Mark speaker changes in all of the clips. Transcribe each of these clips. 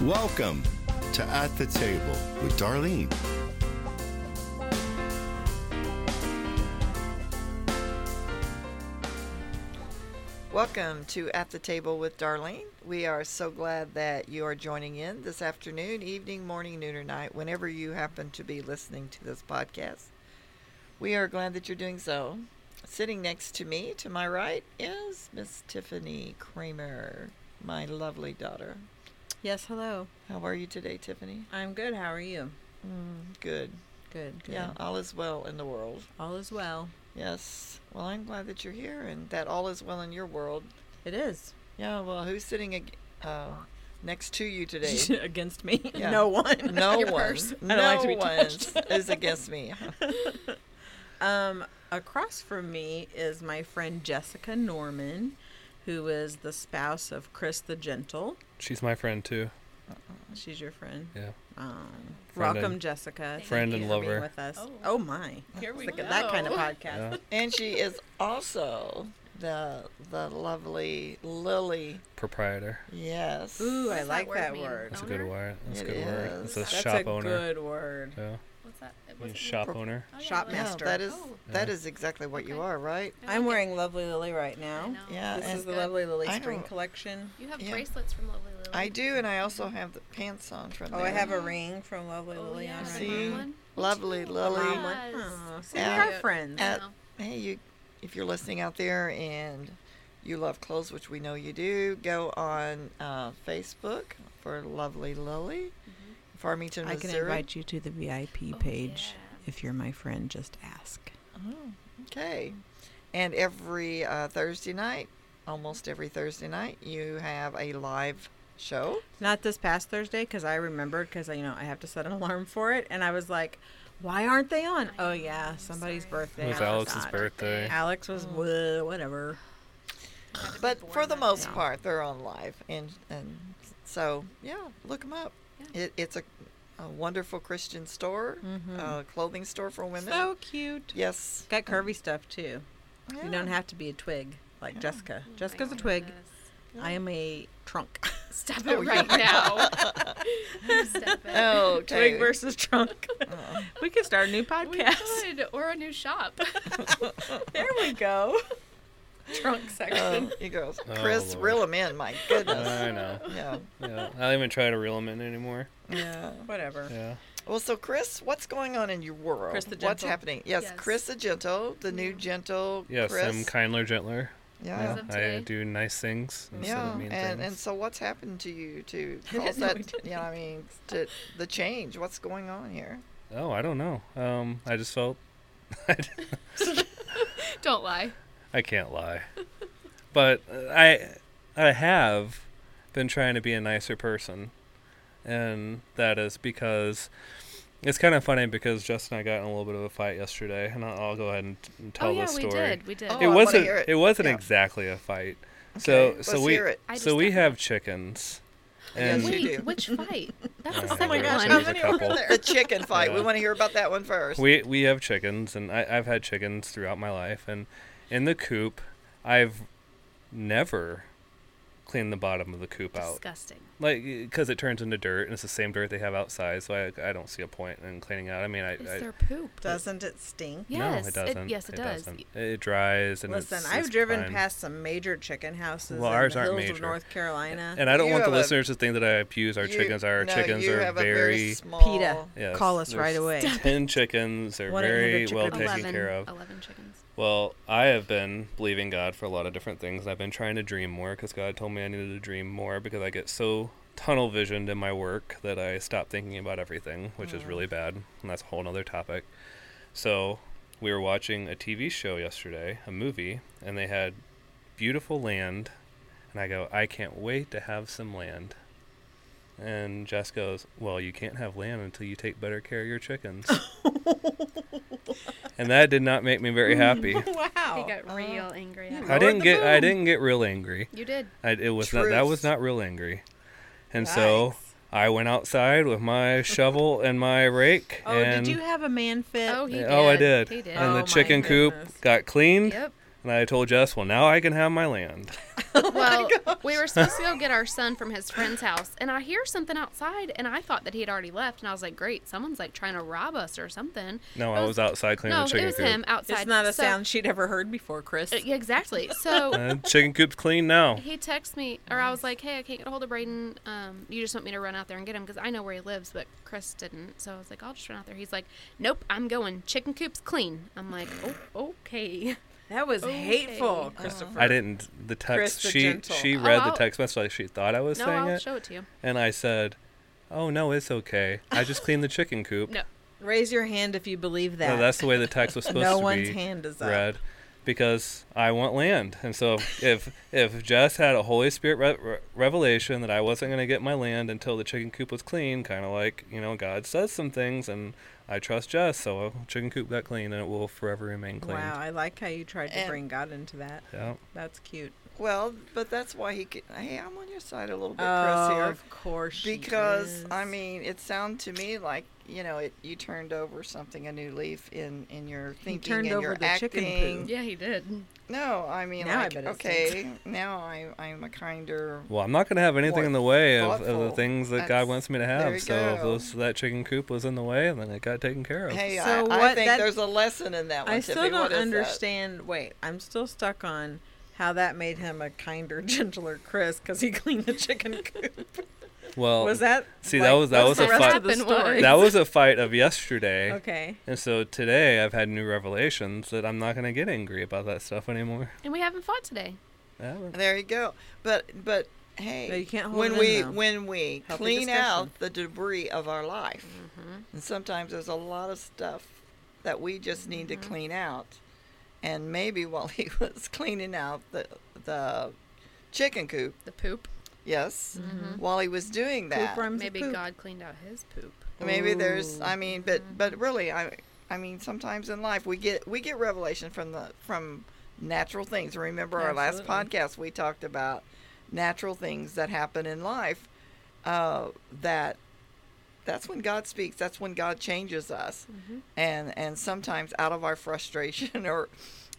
Speaker 1: Welcome to At the Table with Darlene.
Speaker 2: Welcome to At the Table with Darlene. We are so glad that you are joining in this afternoon, evening, morning, noon, or night, whenever you happen to be listening to this podcast. We are glad that you're doing so. Sitting next to me, to my right, is Miss Tiffany Kramer, my lovely daughter.
Speaker 3: Yes, hello.
Speaker 2: How are you today, Tiffany?
Speaker 3: I'm good. How are you?
Speaker 2: Mm, good.
Speaker 3: Good, good.
Speaker 2: Yeah, all is well in the world.
Speaker 3: All is well.
Speaker 2: Yes. Well, I'm glad that you're here and that all is well in your world.
Speaker 3: It is.
Speaker 2: Yeah, well, who's sitting ag- uh, next to you today?
Speaker 3: Against me?
Speaker 2: Yeah.
Speaker 3: No one.
Speaker 2: No
Speaker 3: Your
Speaker 2: one.
Speaker 3: purse. I
Speaker 2: No
Speaker 3: don't like to be
Speaker 2: one
Speaker 3: touched.
Speaker 2: is against me.
Speaker 3: um, across from me is my friend Jessica Norman, who is the spouse of Chris the Gentle.
Speaker 4: She's my friend too.
Speaker 3: She's your friend.
Speaker 4: Yeah.
Speaker 3: Um,
Speaker 4: Friend
Speaker 3: welcome,
Speaker 4: and-
Speaker 3: Jessica. Thank
Speaker 4: friend
Speaker 3: you
Speaker 4: and
Speaker 3: for being
Speaker 4: lover.
Speaker 3: with us.
Speaker 5: Oh.
Speaker 3: Oh, my.
Speaker 5: Here we
Speaker 3: Look
Speaker 5: go.
Speaker 3: at that kind of podcast.
Speaker 4: Yeah.
Speaker 2: And she is also the the lovely Lily.
Speaker 4: Proprietor.
Speaker 2: Yes.
Speaker 3: Ooh,
Speaker 5: What
Speaker 3: I
Speaker 5: does that
Speaker 3: like
Speaker 5: word
Speaker 3: that
Speaker 5: mean?
Speaker 3: word.
Speaker 4: That's a good
Speaker 5: Owner?
Speaker 4: word. That's a
Speaker 2: It
Speaker 4: good word. It's a
Speaker 2: is.
Speaker 3: That's
Speaker 4: shop
Speaker 3: a
Speaker 4: owner.
Speaker 3: good word.
Speaker 4: Yeah.
Speaker 5: What's that? It
Speaker 4: You
Speaker 5: was-
Speaker 4: mean shop
Speaker 2: Prop-
Speaker 4: owner.
Speaker 5: Oh, yeah,
Speaker 3: Shop
Speaker 5: I
Speaker 2: yeah,
Speaker 3: master.
Speaker 2: that is
Speaker 5: Oh.
Speaker 2: that
Speaker 4: Yeah.
Speaker 2: is exactly what you
Speaker 5: Okay.
Speaker 2: are, right?
Speaker 5: I
Speaker 3: I'm
Speaker 5: like
Speaker 3: wearing Lovely Lily right
Speaker 5: it. I
Speaker 3: now.
Speaker 5: know.
Speaker 2: Yeah,
Speaker 3: This
Speaker 2: and-
Speaker 3: is the Lovely Lily
Speaker 2: I
Speaker 3: string
Speaker 2: don't-
Speaker 3: collection.
Speaker 5: You have
Speaker 2: yeah.
Speaker 5: bracelets from Lovely Lily.
Speaker 2: I do, and I also have the pants on from
Speaker 3: Oh,
Speaker 2: there.
Speaker 3: I have a ring from Lovely
Speaker 5: Oh,
Speaker 3: Lily
Speaker 5: yeah,
Speaker 3: on
Speaker 5: the
Speaker 3: right
Speaker 2: See?
Speaker 5: mom
Speaker 3: now.
Speaker 5: one?
Speaker 2: Lovely Lily.
Speaker 3: Mom one.
Speaker 5: Yes.
Speaker 3: Aw, see,
Speaker 2: Yeah.
Speaker 3: we are friends.
Speaker 5: I
Speaker 2: Uh,
Speaker 5: know.
Speaker 2: hey, you, if you're listening out there and you love clothes, which we know you do, go on uh, Facebook for Lovely Lily, Farmington,
Speaker 3: I
Speaker 2: Missouri.
Speaker 3: can invite you to the VIP
Speaker 5: Oh,
Speaker 3: page
Speaker 5: yeah.
Speaker 3: if you're my friend. Just ask.
Speaker 2: Oh, okay. And every uh, Thursday night, almost every Thursday night, you have a live show.
Speaker 3: Not this past Thursday because I remembered because you know I have to set an alarm for it, and I was like, "Why aren't they on?"
Speaker 5: I
Speaker 3: oh
Speaker 5: know,
Speaker 3: yeah,
Speaker 5: I'm
Speaker 3: somebody's
Speaker 5: sorry. Oh.
Speaker 3: birthday.
Speaker 4: It was
Speaker 3: I
Speaker 4: Alex's
Speaker 3: forgot.
Speaker 4: birthday.
Speaker 3: Alex was "Whoa, whatever.
Speaker 5: Had to be
Speaker 2: But
Speaker 5: born
Speaker 2: for the
Speaker 5: that
Speaker 2: most
Speaker 5: day.
Speaker 2: part, they're on live. And, and so, yeah, look them up.
Speaker 5: Yeah.
Speaker 2: It, it's a, a wonderful Christian store, a clothing store for women.
Speaker 3: Mm-hmm. So cute.
Speaker 2: yes.
Speaker 3: Got curvy stuff too. You
Speaker 2: Yeah.
Speaker 3: don't have to be a twig like
Speaker 2: Yeah.
Speaker 3: Jessica.
Speaker 5: Oh my
Speaker 3: Jessica's a twig.
Speaker 5: goodness.
Speaker 3: I am a trunk.
Speaker 5: Stop
Speaker 2: Oh,
Speaker 5: it
Speaker 2: yeah.
Speaker 5: right now. Stop it.
Speaker 2: Oh,
Speaker 3: twig versus trunk.
Speaker 2: Uh,
Speaker 3: we could start a new
Speaker 5: We
Speaker 3: podcast.
Speaker 5: could, or a new shop.
Speaker 3: There we go. Um, Trunk section.
Speaker 2: uh, he goes,
Speaker 4: Oh,
Speaker 2: Chris,
Speaker 4: Lord.
Speaker 2: reel him in. My goodness.
Speaker 4: I know.
Speaker 2: yeah.
Speaker 4: Yeah. I don't even try to reel him in anymore.
Speaker 2: Yeah.
Speaker 3: Whatever.
Speaker 4: Yeah.
Speaker 2: Well, so Chris, what's going on in your world?
Speaker 3: Chris the
Speaker 2: What's
Speaker 3: Gentle?
Speaker 2: happening? Yes,
Speaker 5: Yes.
Speaker 2: Chris the Gentle, the new Gentle.
Speaker 4: Yes,
Speaker 2: Chris.
Speaker 4: I'm kindler, gentler.
Speaker 2: yeah.
Speaker 5: Awesome.
Speaker 4: I
Speaker 5: today.
Speaker 4: do nice things instead
Speaker 2: Yeah,
Speaker 4: of mean
Speaker 2: and, and
Speaker 4: things.
Speaker 2: so what's happened to you to
Speaker 3: didn't
Speaker 2: cause
Speaker 3: know we
Speaker 2: that? You know, I mean, to the change. What's going on here?
Speaker 4: oh, I don't know. Um, I just felt
Speaker 5: Don't lie.
Speaker 4: I can't lie, but uh, I I have been trying to be a nicer person, and that is because it's kind of funny because Justin and I got in a little bit of a fight yesterday, and I'll, I'll go ahead and t- and tell
Speaker 5: oh yeah,
Speaker 4: the
Speaker 5: we
Speaker 4: story.
Speaker 5: did. We did.
Speaker 2: Oh, I
Speaker 4: It
Speaker 2: wanna
Speaker 4: wasn't.
Speaker 2: hear it.
Speaker 4: It. wasn't
Speaker 2: Yeah.
Speaker 4: exactly a fight.
Speaker 2: Okay,
Speaker 4: so so
Speaker 2: let's
Speaker 4: we
Speaker 2: hear it.
Speaker 5: I
Speaker 4: so
Speaker 5: just
Speaker 4: we
Speaker 5: don't-
Speaker 4: have chickens, and
Speaker 2: Yes,
Speaker 5: Wait,
Speaker 2: you do.
Speaker 5: which fight? That's the
Speaker 4: Oh,
Speaker 5: second
Speaker 4: gosh,
Speaker 5: one.
Speaker 4: there was a couple.
Speaker 2: The chicken fight. We
Speaker 4: Yeah.
Speaker 2: want to hear about that one first.
Speaker 4: We we have chickens, and I, I've had chickens throughout my life, and in the coop, I've never cleaned the bottom of the coop out,
Speaker 5: Disgusting.
Speaker 4: like because it turns into dirt, and it's the same dirt they have outside, so I, I don't see a point in cleaning out. I mean, I,
Speaker 5: It's
Speaker 4: I
Speaker 5: their poop.
Speaker 3: Doesn't it stink?
Speaker 5: Yes.
Speaker 4: no, it doesn't.
Speaker 5: yes, it, does.
Speaker 4: doesn't. It dries, and
Speaker 3: Listen,
Speaker 4: it's-
Speaker 3: I've
Speaker 4: it's
Speaker 3: driven
Speaker 4: fine.
Speaker 3: past some major chicken houses
Speaker 4: Well,
Speaker 3: in
Speaker 4: ours
Speaker 3: the
Speaker 4: aren't
Speaker 3: hills of
Speaker 4: major.
Speaker 3: North Carolina.
Speaker 4: And I don't
Speaker 2: You
Speaker 4: want the
Speaker 2: have a-
Speaker 4: listeners to think that I abuse our
Speaker 2: You-
Speaker 4: chickens. Our
Speaker 2: no,
Speaker 4: chickens
Speaker 2: you
Speaker 4: are
Speaker 2: have a
Speaker 4: very
Speaker 2: small,
Speaker 3: PETA,
Speaker 4: Yes,
Speaker 3: call us
Speaker 4: there's
Speaker 3: right away.
Speaker 4: ten chickens. They're
Speaker 3: 1-800
Speaker 4: very well
Speaker 3: chickens.
Speaker 4: taken
Speaker 5: Eleven.
Speaker 4: care of.
Speaker 5: Eleven chickens.
Speaker 4: Well, I have been believing God for a lot of different things, and I've been trying to dream more because God told me I needed to dream more because I get so tunnel visioned in my work that I stop thinking about everything, which is really bad, and that's a whole nother topic. So, we were watching a TV show yesterday, a movie, and they had beautiful land, and I go, I can't wait to have some land. And Jess goes, Well, you can't have land until you take better care of your chickens. and that did not make me very happy.
Speaker 5: He
Speaker 3: wow.
Speaker 5: got real angry. At
Speaker 3: you
Speaker 5: us.
Speaker 4: I
Speaker 3: lowered
Speaker 4: didn't
Speaker 3: the
Speaker 4: get I
Speaker 3: boom.
Speaker 4: didn't get real angry.
Speaker 5: You did.
Speaker 4: I, it was not that was
Speaker 2: Truth.
Speaker 4: not real angry, and so I went outside with my shovel and my rake.
Speaker 3: Oh,
Speaker 4: and
Speaker 3: did you have a man fit?
Speaker 5: Oh, he
Speaker 4: oh I
Speaker 5: did.
Speaker 4: did.
Speaker 5: He did.
Speaker 4: And
Speaker 3: Oh,
Speaker 4: the
Speaker 3: my
Speaker 4: chicken coop
Speaker 3: goodness.
Speaker 4: got cleaned.
Speaker 5: Yep.
Speaker 4: And I told Jess, well, now I can have my land.
Speaker 5: well,
Speaker 3: Oh
Speaker 5: we were supposed to go get our son from his friend's house, and I hear something outside, and I thought that he had already left, and I was like, "Great, someone's like trying to rob us or something."
Speaker 4: No,
Speaker 5: It
Speaker 4: I was outside cleaning
Speaker 5: No,
Speaker 4: the chicken
Speaker 5: it was
Speaker 4: coop.
Speaker 5: him outside.
Speaker 3: It's not a
Speaker 5: So-
Speaker 3: sound she'd ever heard before, Chris.
Speaker 5: Uh, yeah, exactly. So
Speaker 4: Uh, chicken coop's clean now.
Speaker 5: he texts me, or I was like, "Hey, I can't get a hold of Braden. Um, you just want me to run out there and get him because I know where he lives, but Chris didn't." So I was like, "I'll just run out there." He's like, "Nope, I'm going. Chicken coop's clean." I'm like, "Oh, okay." Uh-huh.
Speaker 3: That was hateful,
Speaker 5: Okay.
Speaker 3: Christopher.
Speaker 4: I didn't. The
Speaker 3: Chris
Speaker 4: text.
Speaker 3: the
Speaker 4: she
Speaker 3: Gentle.
Speaker 4: she
Speaker 5: Oh,
Speaker 4: read the
Speaker 5: I'll-
Speaker 4: text message like she thought I was
Speaker 5: No,
Speaker 4: saying
Speaker 5: I'll
Speaker 4: it,
Speaker 5: show it to you.
Speaker 4: and I said, "Oh no, it's okay. I just cleaned the chicken coop."
Speaker 5: No,
Speaker 3: Raise your hand if you believe that.
Speaker 4: No, that's the way the text was supposed
Speaker 3: No
Speaker 4: to
Speaker 3: one's
Speaker 4: be
Speaker 3: hand is up.
Speaker 4: read, because I want land. And so if if Jess had a Holy Spirit re- re- revelation that I wasn't going to get my land until the chicken coop was clean, kind of like you know God says some things, and I trust Jess, so chicken coop got clean, and it will forever remain clean.
Speaker 3: Wow, I like how you tried to
Speaker 2: And-
Speaker 3: bring God into that.
Speaker 4: Yeah.
Speaker 3: That's cute.
Speaker 2: Well, but that's why he could. Hey, I'm on your side a little bit,
Speaker 3: oh,
Speaker 2: Chris, here.
Speaker 3: of course. she
Speaker 2: Because, I
Speaker 3: is.
Speaker 2: mean, it sounded to me like, you know, it you turned over something, a new leaf in, in your thinking
Speaker 3: turned
Speaker 2: and
Speaker 3: over
Speaker 2: your
Speaker 3: the chicken
Speaker 2: acting.
Speaker 3: poo.
Speaker 5: yeah, he did.
Speaker 2: No, I mean,
Speaker 3: Now I
Speaker 2: like,
Speaker 3: bet it sings.
Speaker 2: okay, now I, I'm a kinder.
Speaker 4: Well, I'm not going to have anything in the way of, of the
Speaker 2: thoughtful.
Speaker 4: things that
Speaker 2: That's-
Speaker 4: God wants me to
Speaker 2: there you
Speaker 4: have. So if
Speaker 2: go.
Speaker 4: those, that chicken coop was in the way, then it got taken care of.
Speaker 2: Hey, I,
Speaker 3: So
Speaker 2: I
Speaker 3: what
Speaker 2: think
Speaker 3: that-
Speaker 2: there's a lesson in that one.
Speaker 3: I
Speaker 2: Tiffany.
Speaker 3: still
Speaker 2: What
Speaker 3: don't
Speaker 2: is that?
Speaker 3: understand. Wait, I'm still stuck on how that made him a kinder, gentler Chris because he cleaned the chicken coop.
Speaker 4: well,
Speaker 3: was that?
Speaker 4: Oh, see,
Speaker 3: like,
Speaker 4: that was- that
Speaker 3: what's
Speaker 4: was
Speaker 3: the
Speaker 4: a
Speaker 3: rest
Speaker 4: fun-
Speaker 3: of the
Speaker 5: Happened was-
Speaker 3: story?
Speaker 4: that was a fight of yesterday.
Speaker 3: okay.
Speaker 4: And so today I've had new revelations that I'm not going to get angry about that stuff anymore.
Speaker 5: And we haven't fought today.
Speaker 4: Yeah, but-
Speaker 2: There you go. But but hey,
Speaker 3: No, you can't hold
Speaker 2: when
Speaker 3: it in,
Speaker 2: we
Speaker 3: though.
Speaker 2: when we
Speaker 3: Healthy
Speaker 2: clean
Speaker 3: discussion. Mm-hmm.
Speaker 2: out the debris of our life, and sometimes there's a lot of stuff that we just need
Speaker 3: Mm-hmm.
Speaker 2: to clean out. And maybe while he was cleaning out the the chicken coop,
Speaker 5: The poop.
Speaker 2: yes,
Speaker 3: Mm-hmm.
Speaker 2: while he was doing
Speaker 3: Poop
Speaker 2: that,
Speaker 3: rhymes with
Speaker 5: Maybe
Speaker 3: poop.
Speaker 5: God cleaned out his poop.
Speaker 2: maybe there's
Speaker 3: Ooh.
Speaker 2: i mean but but really i i mean sometimes in life we get we get revelation from the from natural things remember our last
Speaker 3: Absolutely.
Speaker 2: podcast we talked about natural things that happen in life uh, that that's when god speaks that's when god changes us and and sometimes out of our frustration or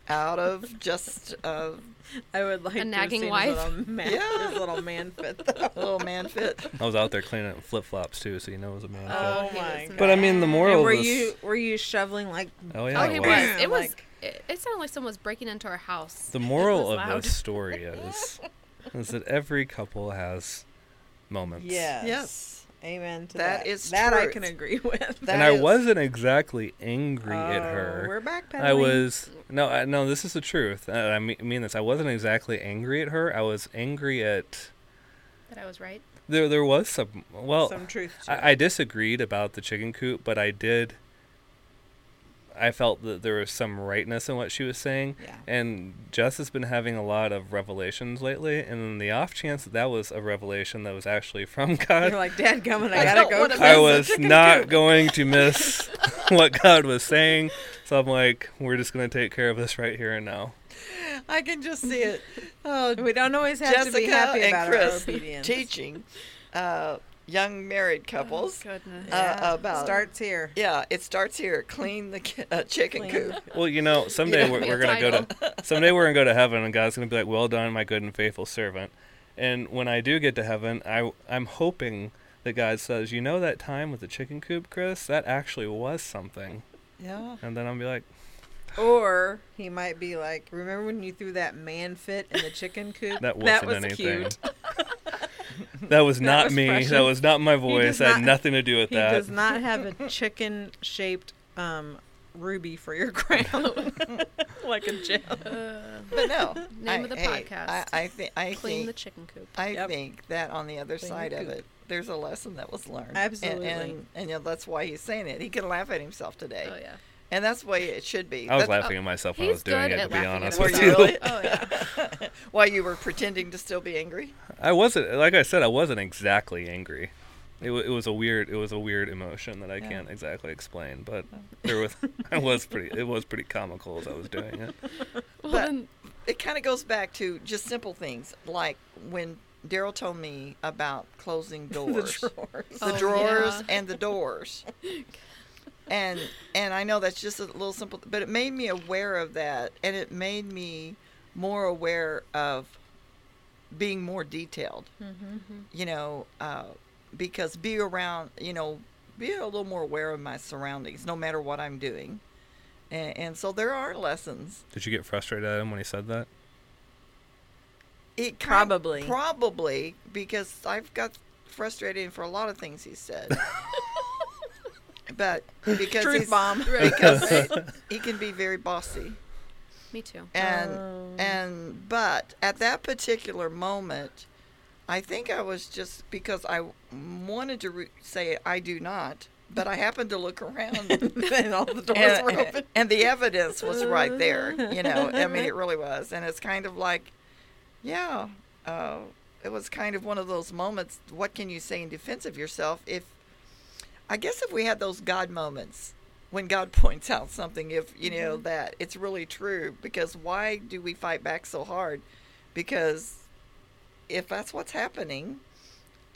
Speaker 2: out of just uh,
Speaker 3: I would like
Speaker 5: A
Speaker 3: to have
Speaker 5: nagging
Speaker 3: seen
Speaker 5: wife.
Speaker 3: His little man,
Speaker 2: Yeah.
Speaker 3: his little man fit though.
Speaker 2: little man fit
Speaker 4: I was out there cleaning up flip flops too, so you know it was a man.
Speaker 3: Oh,
Speaker 4: flip.
Speaker 5: he
Speaker 3: my
Speaker 5: was
Speaker 3: God.
Speaker 4: But I mean, the
Speaker 5: mad.
Speaker 4: moral-
Speaker 3: And were
Speaker 4: Well, this-
Speaker 3: you were you shoveling like?
Speaker 4: Oh yeah,
Speaker 5: Oh,
Speaker 4: it
Speaker 5: he
Speaker 4: was.
Speaker 5: was. It was.
Speaker 3: Like-
Speaker 5: It, it sounded like someone was breaking into our house.
Speaker 4: The moral
Speaker 5: was
Speaker 4: of
Speaker 5: loud.
Speaker 4: this story is is that every couple has moments.
Speaker 3: Yes.
Speaker 2: Yes.
Speaker 3: Amen to that.
Speaker 2: That is
Speaker 3: that I
Speaker 2: truth.
Speaker 3: can agree with.
Speaker 2: That
Speaker 4: and I
Speaker 2: is-
Speaker 4: wasn't exactly angry at
Speaker 3: Oh,
Speaker 4: her.
Speaker 3: We're backpedaling.
Speaker 4: I was no, I, no. This is the truth. I, I mean, mean this. I wasn't exactly angry at her. I was angry at
Speaker 5: That I was right.
Speaker 4: there. There was some. Well,
Speaker 3: some truth. To it.
Speaker 4: I, I disagreed about the chicken coop, but I did. I felt that there was some rightness in what she was saying.
Speaker 3: Yeah.
Speaker 4: And Jess has been having a lot of revelations lately, and the off chance that that was a revelation that was actually from God,
Speaker 3: You're like, Dad, coming. I,
Speaker 2: I
Speaker 3: gotta
Speaker 2: don't
Speaker 3: go.
Speaker 2: wanna
Speaker 3: clean
Speaker 4: I
Speaker 3: the
Speaker 4: was
Speaker 3: chicken
Speaker 4: not
Speaker 3: coop."
Speaker 4: going to miss what God was saying. So I'm like, we're just going to take care of this right here and now.
Speaker 2: i can just see it oh
Speaker 3: We don't always have
Speaker 2: Jessica
Speaker 3: to be happy
Speaker 2: and
Speaker 3: about
Speaker 2: Chris
Speaker 3: our obedience. Oh,
Speaker 2: teaching uh, young married couples.
Speaker 5: goodness.
Speaker 2: uh, about-
Speaker 3: starts here.
Speaker 2: yeah, it starts here. Clean the ki- uh, chicken
Speaker 3: Clean.
Speaker 2: coop.
Speaker 4: Well, you know, someday
Speaker 5: Yeah,
Speaker 4: we're,
Speaker 5: we
Speaker 4: we're
Speaker 5: have
Speaker 4: gonna go to someday we're gonna go to heaven, and God's gonna be like, "Well done, my good and faithful servant." And when I do get to heaven, I I'm hoping that God says, "You know that time with the chicken coop, Chris? That actually was something."
Speaker 2: Yeah.
Speaker 4: And then I'll be like,
Speaker 3: Or he might be like, remember when you threw that man fit in the chicken coop?
Speaker 4: "That wasn't
Speaker 3: was
Speaker 4: anything.
Speaker 3: cute.
Speaker 4: that was not
Speaker 3: was
Speaker 4: me.
Speaker 3: precious.
Speaker 4: That was not my
Speaker 3: does
Speaker 4: voice. That had
Speaker 3: not-
Speaker 4: nothing to do with
Speaker 3: He
Speaker 4: that."
Speaker 3: does not have a chicken shaped um, ruby for your crown, like a gem.
Speaker 2: But no.
Speaker 5: Name of the
Speaker 2: hey,
Speaker 5: podcast.
Speaker 2: I, I, thi- I
Speaker 5: Clean the
Speaker 2: think
Speaker 5: chicken coop.
Speaker 2: I
Speaker 3: Yep.
Speaker 2: think that on the other
Speaker 3: Clean the
Speaker 2: side of
Speaker 3: coop.
Speaker 2: it, there's a lesson that was learned. And-
Speaker 3: Absolutely.
Speaker 2: And and, you know, that's why he's saying it. He can laugh at himself today.
Speaker 5: Oh yeah.
Speaker 2: And that's the way it should be.
Speaker 4: I was
Speaker 2: That's-
Speaker 4: laughing at myself when I
Speaker 5: He's
Speaker 4: was doing
Speaker 5: good
Speaker 4: it.
Speaker 5: at
Speaker 4: To be
Speaker 5: laughing
Speaker 4: honest
Speaker 5: at
Speaker 2: Were
Speaker 4: with
Speaker 5: himself.
Speaker 2: you
Speaker 4: you,
Speaker 2: really?
Speaker 5: Oh yeah.
Speaker 2: While you were pretending to still be angry.
Speaker 4: I wasn't. Like I said, I wasn't exactly angry. It, wa it was a weird. It was a weird emotion that I
Speaker 2: Yeah.
Speaker 4: can't exactly explain. But there was. I was pretty. It was pretty comical as I was doing it.
Speaker 5: Well
Speaker 2: But-
Speaker 5: then,
Speaker 2: it kind of goes back to just simple things like when Daryl told me about closing
Speaker 3: the
Speaker 2: doors,
Speaker 3: drawers.
Speaker 2: the
Speaker 5: Oh,
Speaker 2: drawers
Speaker 5: yeah.
Speaker 2: and the doors. and and I know that's just a little simple, but it made me aware of that, and it made me more aware of being more detailed.
Speaker 5: Mm-hmm,
Speaker 2: You know, uh, because be around, you know, be a little more aware of my surroundings, no matter what I'm doing. And, and so there are lessons.
Speaker 4: Did you get frustrated at him when he said that?
Speaker 2: It kind-
Speaker 3: Probably.
Speaker 2: probably because I've got frustrated for a lot of things he said. but because
Speaker 3: Truth
Speaker 2: he's,
Speaker 3: bomb.
Speaker 2: because he can be very bossy
Speaker 5: Me too.
Speaker 2: and
Speaker 3: Oh.
Speaker 2: and but at that particular moment i think i was just because i wanted to re- say i do not but i happened to look around
Speaker 3: then all the doors
Speaker 2: and,
Speaker 3: were open.
Speaker 2: and the evidence was right there you know i mean it really was and it's kind of like yeah uh, it was kind of one of those moments what can you say in defense of yourself if i guess if we had those god moments when god points out something if you know that it's really true because why do we fight back so hard because if that's what's happening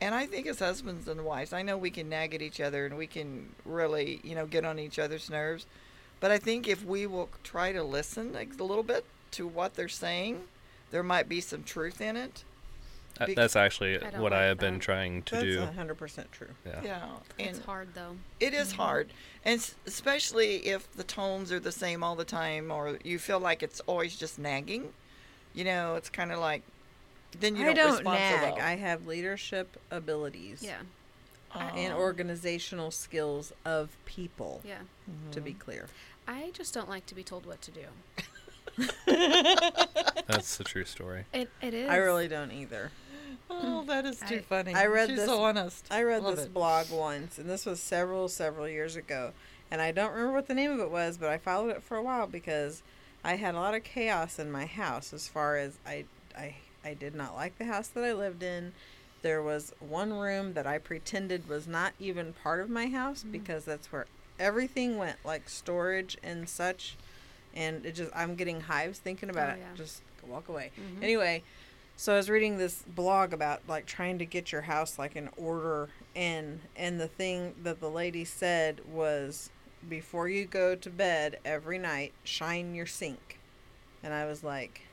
Speaker 2: and I think as husbands and wives, I know we can nag at each other and we can really, you know, get on each other's nerves. But I think if we will try to listen a little bit to what they're saying, there might be some truth in it.
Speaker 4: That-
Speaker 2: Bec-
Speaker 4: Uh, That's actually
Speaker 5: I don't
Speaker 4: what I
Speaker 5: like
Speaker 4: have been
Speaker 5: that.
Speaker 4: trying to
Speaker 3: That's
Speaker 4: do.
Speaker 3: 100% true.
Speaker 4: Yeah.
Speaker 2: Yeah.
Speaker 5: It's
Speaker 2: And-
Speaker 5: hard though.
Speaker 2: it is
Speaker 3: Mm-hmm.
Speaker 2: hard and s- especially if the tones are the same all the time or you feel like it's always just nagging you know it's kind of like then you
Speaker 3: I
Speaker 2: don't,
Speaker 3: don't
Speaker 2: respond so
Speaker 3: nag.
Speaker 2: well.
Speaker 3: I have leadership abilities
Speaker 5: Yeah.
Speaker 3: and organizational skills of people,
Speaker 5: Um, Yeah.
Speaker 3: to be clear.
Speaker 5: I just don't like to be told what to do.
Speaker 4: That's the true story.
Speaker 5: It, it is.
Speaker 3: I really don't either.
Speaker 2: oh that is too
Speaker 5: I-
Speaker 2: funny
Speaker 3: I read
Speaker 2: She's
Speaker 3: this-
Speaker 2: so honest
Speaker 3: I read
Speaker 2: Love
Speaker 3: this
Speaker 2: it.
Speaker 3: blog once, and this was several, several years ago. And I don't remember what the name of it was, but I followed it for a while because I had a lot of chaos in my house as far as I, I, I did not like the house that I lived in. There was one room that I pretended was not even part of my house
Speaker 5: Mm-hmm.
Speaker 3: because that's where everything went, like storage and such. And it just, I'm getting hives thinking about
Speaker 5: Oh,
Speaker 3: it.
Speaker 5: yeah. Mm-hmm.
Speaker 3: Just walk away. Anyway, so I was reading this blog about like trying to get your house like in order and and the thing that the lady said was before you go to bed every night, shine your sink. And I was like,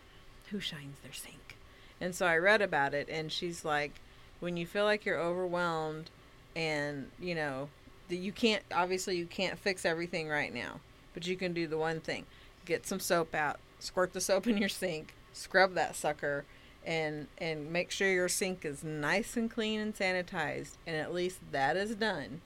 Speaker 3: who shines their sink? And so I read about it and she's like when you feel like you're overwhelmed and you know that you can't obviously you can't fix everything right now, but you can do the one thing. Get some soap out, squirt the soap in your sink, scrub that sucker and and make sure your sink is nice and clean and sanitized and at least that is done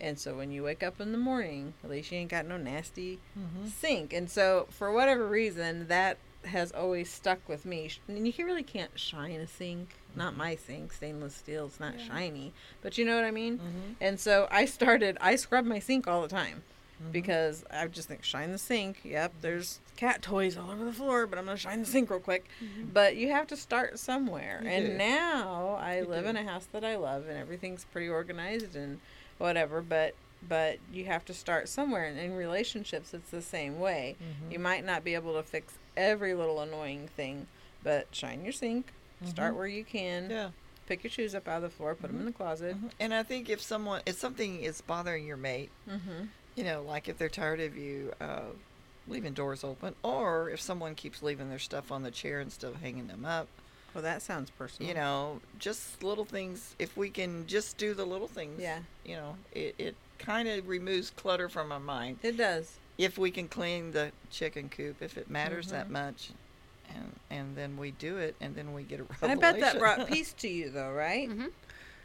Speaker 3: and so when you wake up in the morning at least you ain't got no nasty
Speaker 2: Mm-hmm.
Speaker 3: sink and so for whatever reason that has always stuck with me Sh- and you can- really can't shine a sink not
Speaker 2: Mm-hmm.
Speaker 3: my sink stainless steel it's not shiny but you know what i mean
Speaker 2: Mm-hmm.
Speaker 3: and so i started i scrub my sink all the time
Speaker 2: Mm-hmm.
Speaker 3: because I just think shine the sink. Yep, there's cat toys all over the floor, but I'm gonna shine the sink real quick. But you have to start somewhere,
Speaker 2: Mm-hmm. You
Speaker 3: and
Speaker 2: do.
Speaker 3: now I
Speaker 2: You
Speaker 3: live
Speaker 2: do.
Speaker 3: in a house that I love, and everything's pretty organized and whatever. But but you have to start somewhere, and in relationships, it's the same way.
Speaker 2: Mm-hmm.
Speaker 3: You might not be able to fix every little annoying thing, but shine your sink. Start where you can.
Speaker 2: Mm-hmm. yeah Mm-hmm.
Speaker 3: Pick your shoes up out of the floor, put them in the closet.
Speaker 2: and i think if someone if something is bothering your mate
Speaker 3: Mm-hmm.
Speaker 2: you know, like if they're tired of you uh, leaving doors open, or if someone keeps leaving their stuff on the chair and still hanging them up,
Speaker 3: Well, that sounds personal.
Speaker 2: you know, just little things. If we can just do the little things,
Speaker 3: Yeah.
Speaker 2: you know, it, it kind of removes clutter from our mind.
Speaker 3: it does.
Speaker 2: If we can clean the chicken coop, if it matters that much, and and then we do it, and then we get a
Speaker 3: And I
Speaker 2: revelation.
Speaker 3: bet that brought peace to you, though, right?
Speaker 2: Mm-hmm.
Speaker 5: Mhm.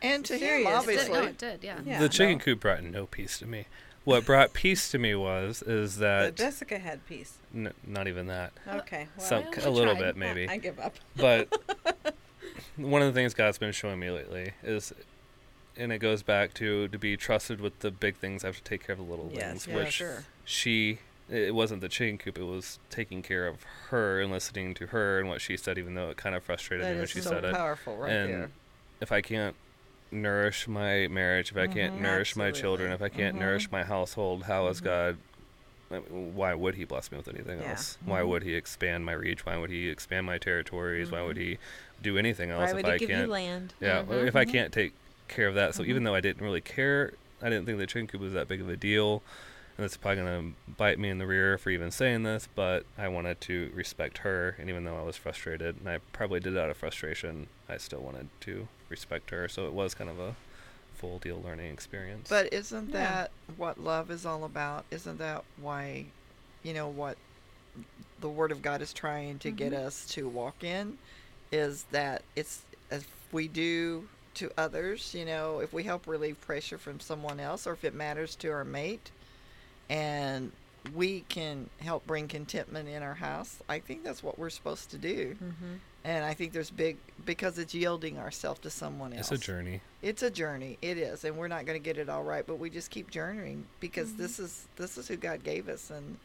Speaker 2: and to him,
Speaker 3: Serious.
Speaker 5: It did, no,
Speaker 2: obviously.
Speaker 5: it did. Yeah.
Speaker 3: Yeah.
Speaker 4: the chicken coop brought no peace to me. What brought peace to me was is
Speaker 3: But
Speaker 4: that
Speaker 3: Jessica had peace.
Speaker 4: n- not even that.
Speaker 3: Okay. Well,
Speaker 4: Some,
Speaker 5: well,
Speaker 4: a
Speaker 5: we
Speaker 4: little
Speaker 5: tried.
Speaker 4: bit maybe.
Speaker 3: I give up.
Speaker 4: but one of the things God's been showing me lately is, and it goes back to to be trusted with the big things. I have to take care of the little
Speaker 3: Yes,
Speaker 4: things,
Speaker 3: yeah,
Speaker 4: which
Speaker 3: sure.
Speaker 4: she it wasn't the chicken coop. It was taking care of her and listening to her and what she said, even though it kind of frustrated
Speaker 2: That
Speaker 4: me when
Speaker 2: is
Speaker 4: she
Speaker 2: so
Speaker 4: said it.
Speaker 2: powerful, right
Speaker 4: and
Speaker 2: there.
Speaker 4: if I can't nourish my marriage, if I can't nourish my children, if
Speaker 3: Mm-hmm.
Speaker 4: I
Speaker 3: absolutely. Mm-hmm.
Speaker 4: can't nourish my household, how is God? I mean, Why would He bless me with anything
Speaker 3: Yeah. Mm-hmm.
Speaker 4: else? Why would He expand my reach? Why would He expand my territories? Why would He do anything else
Speaker 3: Mm-hmm. Why would
Speaker 4: if I
Speaker 3: it give you
Speaker 4: can't?
Speaker 3: land?
Speaker 4: yeah, if I can't take care of that. So even though I didn't really care, I didn't think the chicken coop was that big of a deal. and it's probably going to bite me in the rear for even saying this, but I wanted to respect her. And even though I was frustrated, and I probably did it out of frustration, I still wanted to respect her. So it was kind of a full deal learning experience.
Speaker 2: But isn't
Speaker 3: Yeah.
Speaker 2: that what love is all about? Isn't that why, you know, what the Word of God is trying to get us to walk in? Is that it's if we do to others, you know, if we help relieve pressure from someone else or if it matters to our mate and we can help bring contentment in our house, I think that's what we're supposed to do.
Speaker 3: Mm-hmm.
Speaker 2: And I think there's big, because it's yielding ourselves to someone else.
Speaker 4: it's a journey.
Speaker 2: It's a journey. It is, and we're not going to get it all right, but we just keep journeying because this is this is who God gave us, and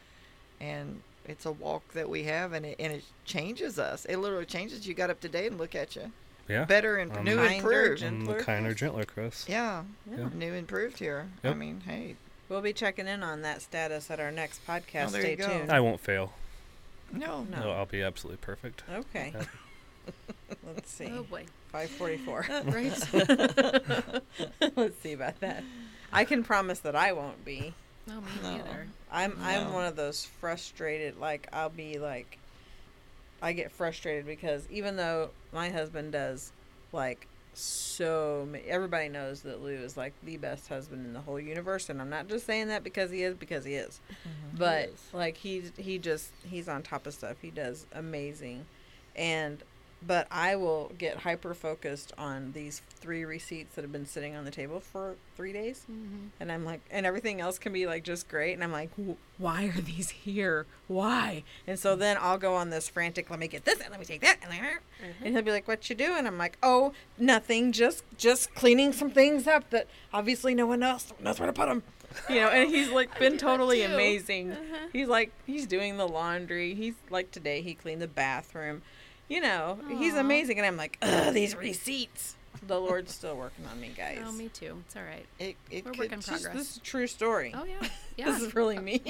Speaker 2: and it's a walk that we have, and it and it changes us. It literally changes. You got up today and look at you
Speaker 4: Yeah. Um,
Speaker 2: better and
Speaker 4: I'm
Speaker 2: new,
Speaker 4: the-
Speaker 2: improved.
Speaker 3: I'm
Speaker 4: I'm Mm, the
Speaker 3: Gentler.
Speaker 4: kinder, gentler, Chris.
Speaker 2: Yeah,
Speaker 4: Yeah.
Speaker 2: new, improved here. I
Speaker 4: Yep.
Speaker 2: mean, hey,
Speaker 3: We'll be checking in on that status at our next podcast.
Speaker 2: Oh, there
Speaker 3: Stay
Speaker 2: you go.
Speaker 3: tuned.
Speaker 4: I won't fail.
Speaker 2: no,
Speaker 3: No. Uh,
Speaker 4: No, I'll be absolutely perfect.
Speaker 3: Okay. Let's see.
Speaker 5: Oh boy.
Speaker 3: 544.
Speaker 2: right?
Speaker 3: Let's see about that. I can promise that I won't be.
Speaker 5: No, Oh, me
Speaker 2: No.
Speaker 5: neither.
Speaker 3: I'm I'm
Speaker 2: No.
Speaker 3: one of those frustrated like I'll be like I get frustrated because even though my husband does like so ma- everybody knows that Lou is like the best husband in the whole universe and I'm not just saying that because he is because he is.
Speaker 2: Mm-hmm.
Speaker 3: But
Speaker 2: He is.
Speaker 3: like he's he just he's on top of stuff. He does amazing. And but I will get hyper focused on these three receipts that have been sitting on the table for 3 days.
Speaker 5: Mm-hmm.
Speaker 3: And I'm like, and everything else can be like just great. And I'm like, "Wh- why are these here? Why? And
Speaker 5: Mm-hmm.
Speaker 3: so then I'll go on this frantic, let me get this and let me take that. And, there.
Speaker 5: Mm-hmm.
Speaker 3: and he'll be like, what you doing? I'm like, oh, nothing. Just, just cleaning some things up that obviously no one else knows where to put them. You know, and he's like been
Speaker 5: do that
Speaker 3: totally
Speaker 5: too.
Speaker 3: amazing. He's like, he's doing the laundry. He's like today, he cleaned the bathroom. You know, he's
Speaker 5: Aw.
Speaker 3: amazing. And I'm like, ugh, these receipts. The Lord's still working on me, guys.
Speaker 5: Oh, me too. It's all right.
Speaker 2: It, it
Speaker 5: We're
Speaker 2: could
Speaker 5: working
Speaker 3: This is-
Speaker 5: progress.
Speaker 3: This is a true story.
Speaker 5: Oh yeah. Yeah.
Speaker 3: This is really me.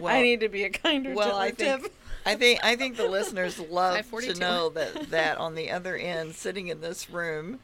Speaker 2: well,
Speaker 3: I need to be a kinder
Speaker 2: well, I
Speaker 3: gentler
Speaker 2: think I think I think the listeners love to
Speaker 5: 542.
Speaker 2: know that that on the other end, sitting in this room,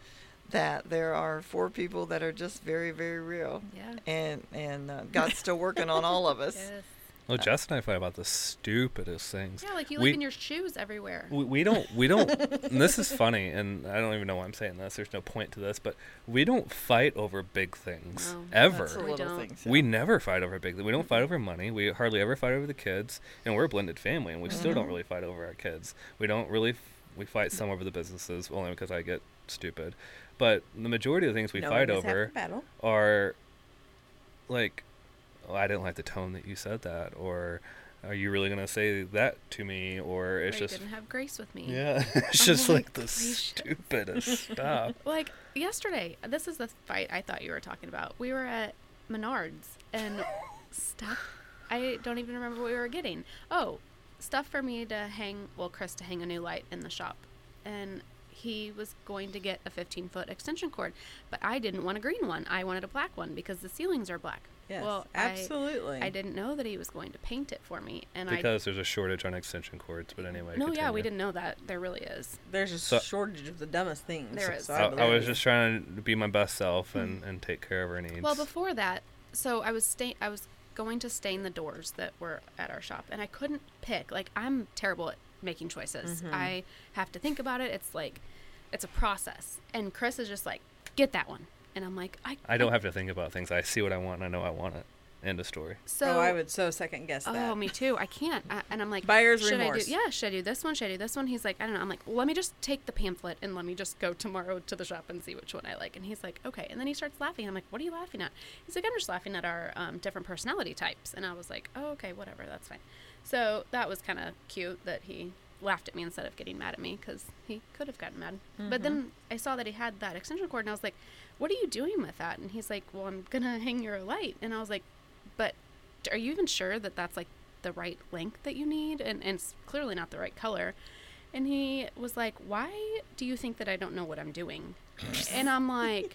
Speaker 2: that there are four people that are just very, very real,
Speaker 5: Yeah.
Speaker 2: and and uh, God's still working on all of us.
Speaker 5: Yes.
Speaker 4: Well, Jess and I fight about the stupidest things.
Speaker 5: Yeah, like you
Speaker 4: We-
Speaker 5: live in your shoes everywhere.
Speaker 4: we, we don't we don't and this is funny and i don't even know why i'm saying this there's no point to this but we don't fight over big things
Speaker 5: No,
Speaker 4: ever
Speaker 5: That's a little don't. thing,
Speaker 4: we never fight over big things we don't fight over money we hardly ever fight over the kids and we're a blended family and we still
Speaker 5: Mm-hmm.
Speaker 4: don't really fight over our kids we don't really f- we fight some over the businesses only because i get stupid but the majority of the things we fight over
Speaker 3: battle.
Speaker 4: are like oh, i didn't like the tone that you said that or are you really going to say that to me or
Speaker 5: Or
Speaker 4: it's
Speaker 5: you
Speaker 4: just
Speaker 5: didn't have grace with me.
Speaker 4: yeah, it's
Speaker 5: Oh
Speaker 4: just
Speaker 5: my
Speaker 4: like the
Speaker 5: gracious.
Speaker 4: stupidest stuff.
Speaker 5: Like yesterday, this is the fight I thought you were talking about. We were at Menards and stuff. I don't even remember what we were getting. Oh, stuff for me to hang, well, Chris to hang a new light in the shop. And he was going to get a 15 foot extension cord, but I didn't want a green one. I wanted a black one because the ceilings are black.
Speaker 3: Yes,
Speaker 5: well, I-
Speaker 3: absolutely.
Speaker 5: I, didn't know that he was going to paint it for me. And
Speaker 4: Because there's a shortage on extension cords, but anyway.
Speaker 5: I. No, yeah,
Speaker 4: continue.
Speaker 5: we didn't know that. There really is.
Speaker 3: There's a
Speaker 4: So-
Speaker 3: shortage of the dumbest things.
Speaker 5: There is.
Speaker 3: so
Speaker 4: I, I
Speaker 3: believe
Speaker 4: was
Speaker 3: you.
Speaker 4: just trying to be my best self and, and take care of her needs.
Speaker 5: Hmm. Well, before that, so I was stain I was going to stain the doors that were at our shop, and I couldn't pick. Like I'm terrible at making choices.
Speaker 4: Mm-hmm.
Speaker 5: I have to think about it. It's like, it's a process. And Chris is just like, get that one, and I'm like, I.
Speaker 4: I don't have to think about things. I see what I want and I know I want it. End of story.
Speaker 5: So
Speaker 3: oh, I would so second guess that.
Speaker 5: Oh, me too. I can't. I, and I'm like,
Speaker 3: Buyer's
Speaker 5: should
Speaker 3: remorse.
Speaker 5: I do? Yeah, should I do this one? Should I do this one? He's like, I don't know. I'm like, well, let me just take the pamphlet and let me just go tomorrow to the shop and see which one I like. And he's like, okay. And then he starts laughing. I'm like, what are you laughing at? He's like, I'm just laughing at our um, different personality types. And I was like, oh, okay, whatever, that's fine. So that was kind of cute that he laughed at me instead of getting mad at me because he could have gotten mad. But then I saw that he had that extension cord and I was like, what are you doing with that? And he's like, well, I'm gonna hang your light. And I was like, but d- are you even sure that that's like the right length that you need and, and it's clearly not the right color and he was like why do you think that i don't know what i'm doing and i'm like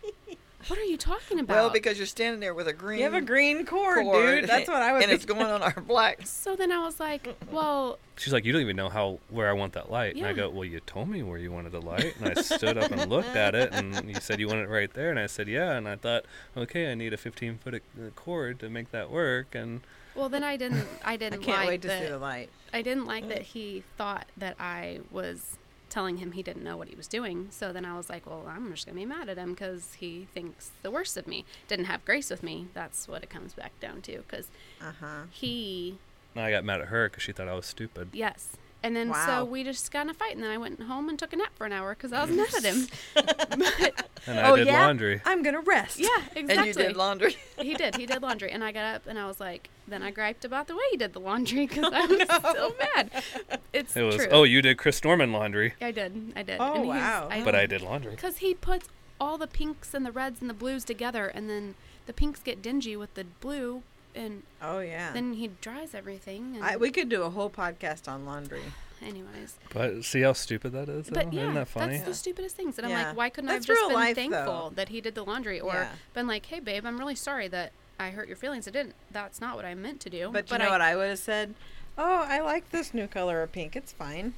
Speaker 5: What are you talking about?
Speaker 2: Well, because you're standing there with a green.
Speaker 3: You have a green cord, dude. That's what I would.
Speaker 2: And it's going on our black.
Speaker 5: so then I was like, well,
Speaker 4: She's like, you don't even know how where I want that light. And I
Speaker 5: Yeah.
Speaker 4: go, well, you told me where you wanted the light. And I stood up and looked at it, and you said you want it right there. And I said, yeah. And I thought, okay, I need a 15 foot uh, cord to make that work. And
Speaker 5: well then I didn't I
Speaker 3: I
Speaker 5: didn't
Speaker 3: can't
Speaker 5: like
Speaker 3: wait to
Speaker 5: that,
Speaker 3: see the light.
Speaker 5: I didn't like that he thought that I was telling him he didn't know what he was doing. So then I was like, well, I'm just going to be mad at him because he thinks the worst of me. Didn't have grace with me. That's what it comes back down to because
Speaker 3: Uh huh.
Speaker 5: he,
Speaker 4: I got mad at her because she thought I was stupid.
Speaker 5: yes. And then
Speaker 3: Wow.
Speaker 5: so we just got in a fight, and then I went home and took a nap for an hour because I was mad at him. but,
Speaker 4: And I did laundry.
Speaker 3: I'm gonna rest.
Speaker 5: yeah, exactly.
Speaker 2: And you did laundry.
Speaker 5: he did. He did laundry, and I got up and I was like, then I griped about the way he did the laundry
Speaker 3: Oh,
Speaker 5: because I was so mad. It's
Speaker 4: It was,
Speaker 5: true.
Speaker 4: oh, you did Chris Norman laundry,
Speaker 5: I did. I did.
Speaker 3: Oh,
Speaker 5: and he's-
Speaker 3: wow.
Speaker 4: but I did laundry.
Speaker 5: Because he puts all the pinks and the reds and the blues together, and then the pinks get dingy with the blue, and
Speaker 3: Oh yeah.
Speaker 5: then he dries everything. And
Speaker 3: I, we could do a whole podcast on laundry.
Speaker 5: anyways,
Speaker 4: But see how stupid that is?
Speaker 5: but
Speaker 4: though?
Speaker 5: yeah,
Speaker 4: Isn't that funny?
Speaker 5: that's the stupidest things. And I'm
Speaker 3: Yeah.
Speaker 5: like, why couldn't
Speaker 3: That's
Speaker 5: I have
Speaker 3: real
Speaker 5: just been
Speaker 3: life,
Speaker 5: thankful
Speaker 3: though.
Speaker 5: that he did the laundry, or
Speaker 3: Yeah.
Speaker 5: been like, hey babe, I'm really sorry that I hurt your feelings. I didn't. That's not what Oh, I meant to do.
Speaker 3: But, you know what I would have said? Oh, I like this new color of pink. It's fine.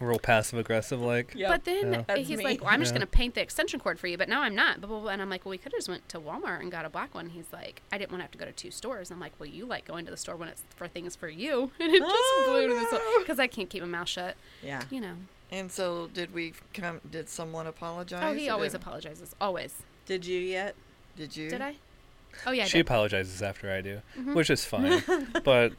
Speaker 4: Real passive aggressive, like.
Speaker 3: Yeah.
Speaker 5: But then
Speaker 4: Yeah.
Speaker 3: That's
Speaker 5: he's
Speaker 3: me.
Speaker 5: like, well, I'm just
Speaker 4: Yeah.
Speaker 5: going to paint the extension cord for you, but now I'm not. Blah, blah, blah. And I'm like, well, we could have just went to Walmart and got a black one. He's like, I didn't want to have to go to two stores. I'm like, well, you like going to the store when it's for things for you. And it just
Speaker 3: Oh,
Speaker 5: blew to
Speaker 3: no.
Speaker 5: the Because I can't keep my mouth shut,
Speaker 3: Yeah.
Speaker 5: you know.
Speaker 2: And so, did we come? Did someone apologize?
Speaker 5: Oh, he
Speaker 2: or
Speaker 5: always
Speaker 2: didn't?
Speaker 5: apologizes. Always.
Speaker 3: Did you yet?
Speaker 2: Did you?
Speaker 5: Did I? Oh, yeah. I did.
Speaker 4: she
Speaker 5: Hmm. Mm-hmm.
Speaker 4: apologizes after I do, which is fine. but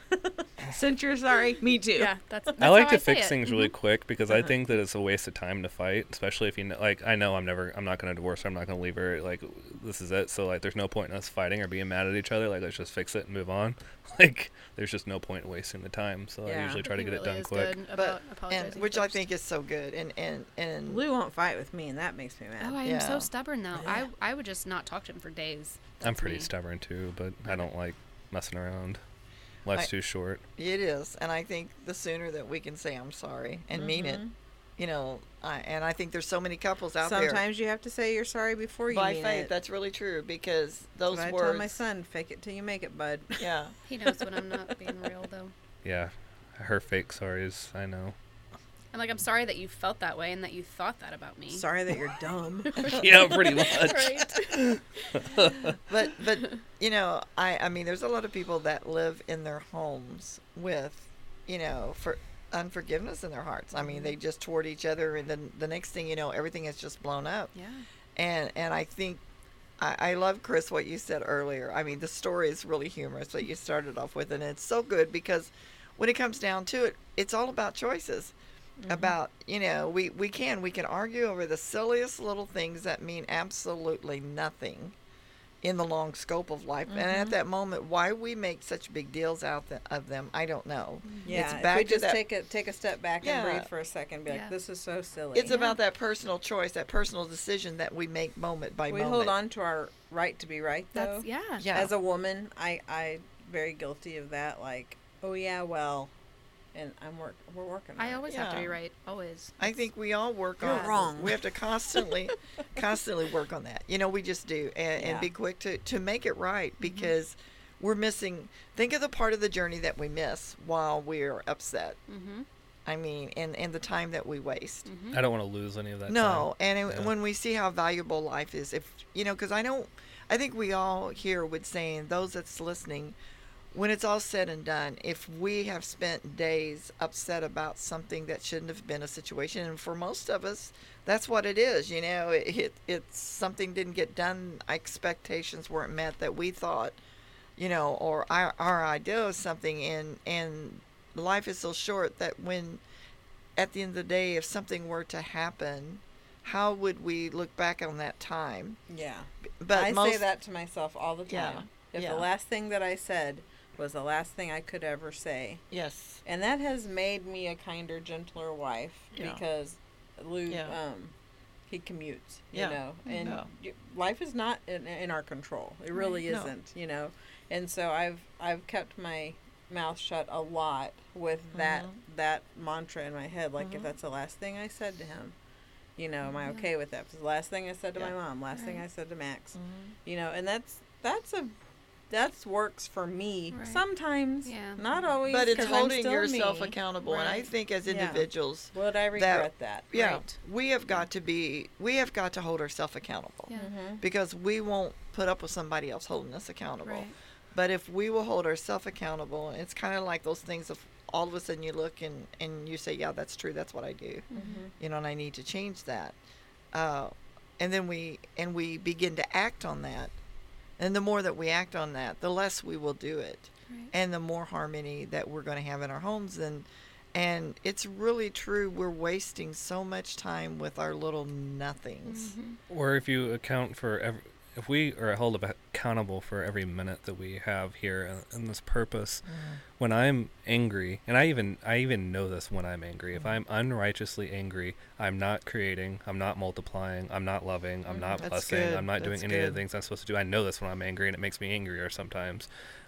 Speaker 3: Since you're sorry, me too.
Speaker 5: Yeah, that's, that's
Speaker 4: I like
Speaker 5: how
Speaker 4: to
Speaker 5: I say it. Mm-hmm.
Speaker 4: fix
Speaker 5: Uh-huh.
Speaker 4: things really quick because I think that it's a waste of time to fight, especially if you know, like I know I'm never I'm not going to divorce her, I'm not going to leave her. Like this is it. So like there's no point in us fighting or being mad at each other. Like let's just fix it and move on. Like there's just no point in wasting the time. So I
Speaker 3: Yeah.
Speaker 4: usually try to
Speaker 5: He
Speaker 4: get it
Speaker 5: really
Speaker 4: done
Speaker 5: is
Speaker 4: quick.
Speaker 5: good
Speaker 2: But
Speaker 5: about
Speaker 2: and
Speaker 5: apologizing
Speaker 2: which I
Speaker 5: first.
Speaker 2: think is so good. And and and
Speaker 3: Lou won't fight with me, and that makes me mad.
Speaker 5: Oh, I am
Speaker 2: Yeah.
Speaker 5: so stubborn, though. I, I would just not talk to him for days.
Speaker 4: I'm
Speaker 5: That's
Speaker 4: pretty
Speaker 5: me.
Speaker 4: stubborn too, but I don't like messing around. Life's
Speaker 2: I-
Speaker 4: too short.
Speaker 2: it is. And I think the sooner that we can say I'm sorry and mean
Speaker 5: Mm-hmm.
Speaker 2: it, you know. I and I think there's so many couples out there.
Speaker 3: Sometimes you have to say you're sorry before you
Speaker 2: by
Speaker 3: mean
Speaker 2: faith,
Speaker 3: it.
Speaker 2: that's really true because those
Speaker 3: what I
Speaker 2: words.
Speaker 3: told my son, fake it till you make it, bud.
Speaker 2: Yeah.
Speaker 5: He knows when I'm not being real, though.
Speaker 4: Yeah, her fake sorries. I know.
Speaker 5: I'm like, I'm sorry that you felt that way and that you thought that about me.
Speaker 3: Sorry that you're dumb.
Speaker 4: yeah, pretty much.
Speaker 5: Right?
Speaker 2: but but you know i i mean there's a lot of people that live in their homes with you know for unforgiveness in their hearts i
Speaker 3: Mm-hmm.
Speaker 2: mean they just toward each other and then the next thing you know everything is just blown up
Speaker 5: yeah.
Speaker 2: and and i think I, I love chris what you said earlier i mean the story is really humorous that you started off with and it's so good because when it comes down to it it's all about choices
Speaker 3: Mm-hmm.
Speaker 2: about you know we we can we can argue over the silliest little things that mean absolutely nothing in the long scope of life and
Speaker 3: Mm-hmm.
Speaker 2: at that moment why we make such big deals out th- of them i don't know
Speaker 3: Mm-hmm. Yeah,
Speaker 2: it's
Speaker 3: if
Speaker 2: back
Speaker 3: we
Speaker 2: to
Speaker 3: just
Speaker 2: that-
Speaker 3: take a take a step back
Speaker 2: Yeah.
Speaker 3: and breathe for a second. Be like,
Speaker 5: Yeah.
Speaker 3: this is so silly.
Speaker 2: it's about that personal choice that personal decision that we make moment by
Speaker 3: we
Speaker 2: moment
Speaker 3: hold on to our right to be right though.
Speaker 5: That's yeah.
Speaker 2: yeah
Speaker 3: As a woman, I I very guilty of that. Like, oh yeah, well, and I'm work we're working. on
Speaker 5: I
Speaker 3: it.
Speaker 5: always have to be
Speaker 2: Yeah.
Speaker 5: right. Always.
Speaker 2: I think we all work
Speaker 3: You're
Speaker 2: on
Speaker 3: wrong.
Speaker 2: We have to constantly, constantly work on that. You know, we just do and,
Speaker 3: Yeah. Mm-hmm.
Speaker 2: and be quick to, to make it right because we're missing. Think of the part of the journey that we miss while we're upset.
Speaker 5: Mm-hmm.
Speaker 2: I mean, and, and the time that we
Speaker 3: Mm-hmm.
Speaker 2: waste.
Speaker 4: I don't want to lose any of that.
Speaker 2: No,
Speaker 4: time.
Speaker 2: and it,
Speaker 4: Yeah.
Speaker 2: when we see how valuable life is, if you know, because I know, I think we all here would say, and those that's listening, when it's all said and done, if we have spent days upset about something that shouldn't have been a situation, and for most of us, that's what it is. You know, it, it it's something didn't get done, expectations weren't met that we thought, you know, or our our idea of something, and and life is so short that when at the end of the day, if something were to happen, how would we look back on that time?
Speaker 3: Yeah.
Speaker 2: But
Speaker 3: I
Speaker 2: most,
Speaker 3: say that to myself all the
Speaker 2: Yeah,
Speaker 3: time. If
Speaker 2: yeah.
Speaker 3: the last thing that I said was the last thing I could ever say,
Speaker 2: yes,
Speaker 3: and that has made me a kinder, gentler wife
Speaker 2: Yeah.
Speaker 3: because Lou,
Speaker 2: Yeah.
Speaker 3: um, he commutes, you
Speaker 2: Yeah. Mm-hmm.
Speaker 3: know, and
Speaker 2: Yeah.
Speaker 3: y- life is not in, in our control. It really
Speaker 2: No.
Speaker 3: isn't, you know, and so I've I've kept my mouth shut a
Speaker 2: Mm-hmm.
Speaker 3: lot with that that mantra in my head, like if that's the last thing I said to him, You know, am I okay with that? 'Cause the last thing I said to my
Speaker 2: Mm-hmm. Yeah.
Speaker 3: mom, last thing I said to Max. You know, and that's that's a that's works for me
Speaker 5: Right.
Speaker 3: sometimes.
Speaker 5: Yeah.
Speaker 3: Not always.
Speaker 2: But it's
Speaker 3: 'cause I'm
Speaker 2: holding
Speaker 3: still
Speaker 2: yourself
Speaker 3: me.
Speaker 2: accountable. And I
Speaker 3: Right.
Speaker 2: think as
Speaker 3: Yeah.
Speaker 2: individuals,
Speaker 3: Would I regret that?
Speaker 2: yeah,
Speaker 3: Right.
Speaker 2: we have got to be, we have got to hold ourselves accountable
Speaker 5: Yeah.
Speaker 3: Mm-hmm.
Speaker 5: Mm-hmm.
Speaker 2: because we won't put up with somebody else holding us accountable.
Speaker 5: Right.
Speaker 2: But if we will hold ourselves accountable, and it's kind of like those things of all of a sudden you look and, and you say, yeah, that's true. That's what I do.
Speaker 3: Mm-hmm.
Speaker 2: You know, and I need to change that. Uh, and then we, and we begin to act on that. And the more that we act on that, the less we will do it
Speaker 5: Mm-hmm. Right.
Speaker 2: and the more harmony that we're going to have in our homes and and it's really true we're wasting so much time with our little nothings
Speaker 3: Mm-hmm.
Speaker 5: Mm-hmm.
Speaker 4: Or if you account for every, if we are held ab- accountable for every minute that we have here and, and this purpose,
Speaker 2: Mm-hmm.
Speaker 4: when I'm angry, and I even I even know this when I'm angry. If I'm unrighteously angry, I'm not creating, I'm not multiplying, I'm not loving,
Speaker 3: Mm,
Speaker 4: I'm not
Speaker 2: That's
Speaker 4: blessing,
Speaker 2: good,
Speaker 4: I'm not doing
Speaker 2: that's
Speaker 4: any of
Speaker 2: good.
Speaker 4: the things I'm supposed to do. I know this when I'm angry, and it makes me angrier sometimes.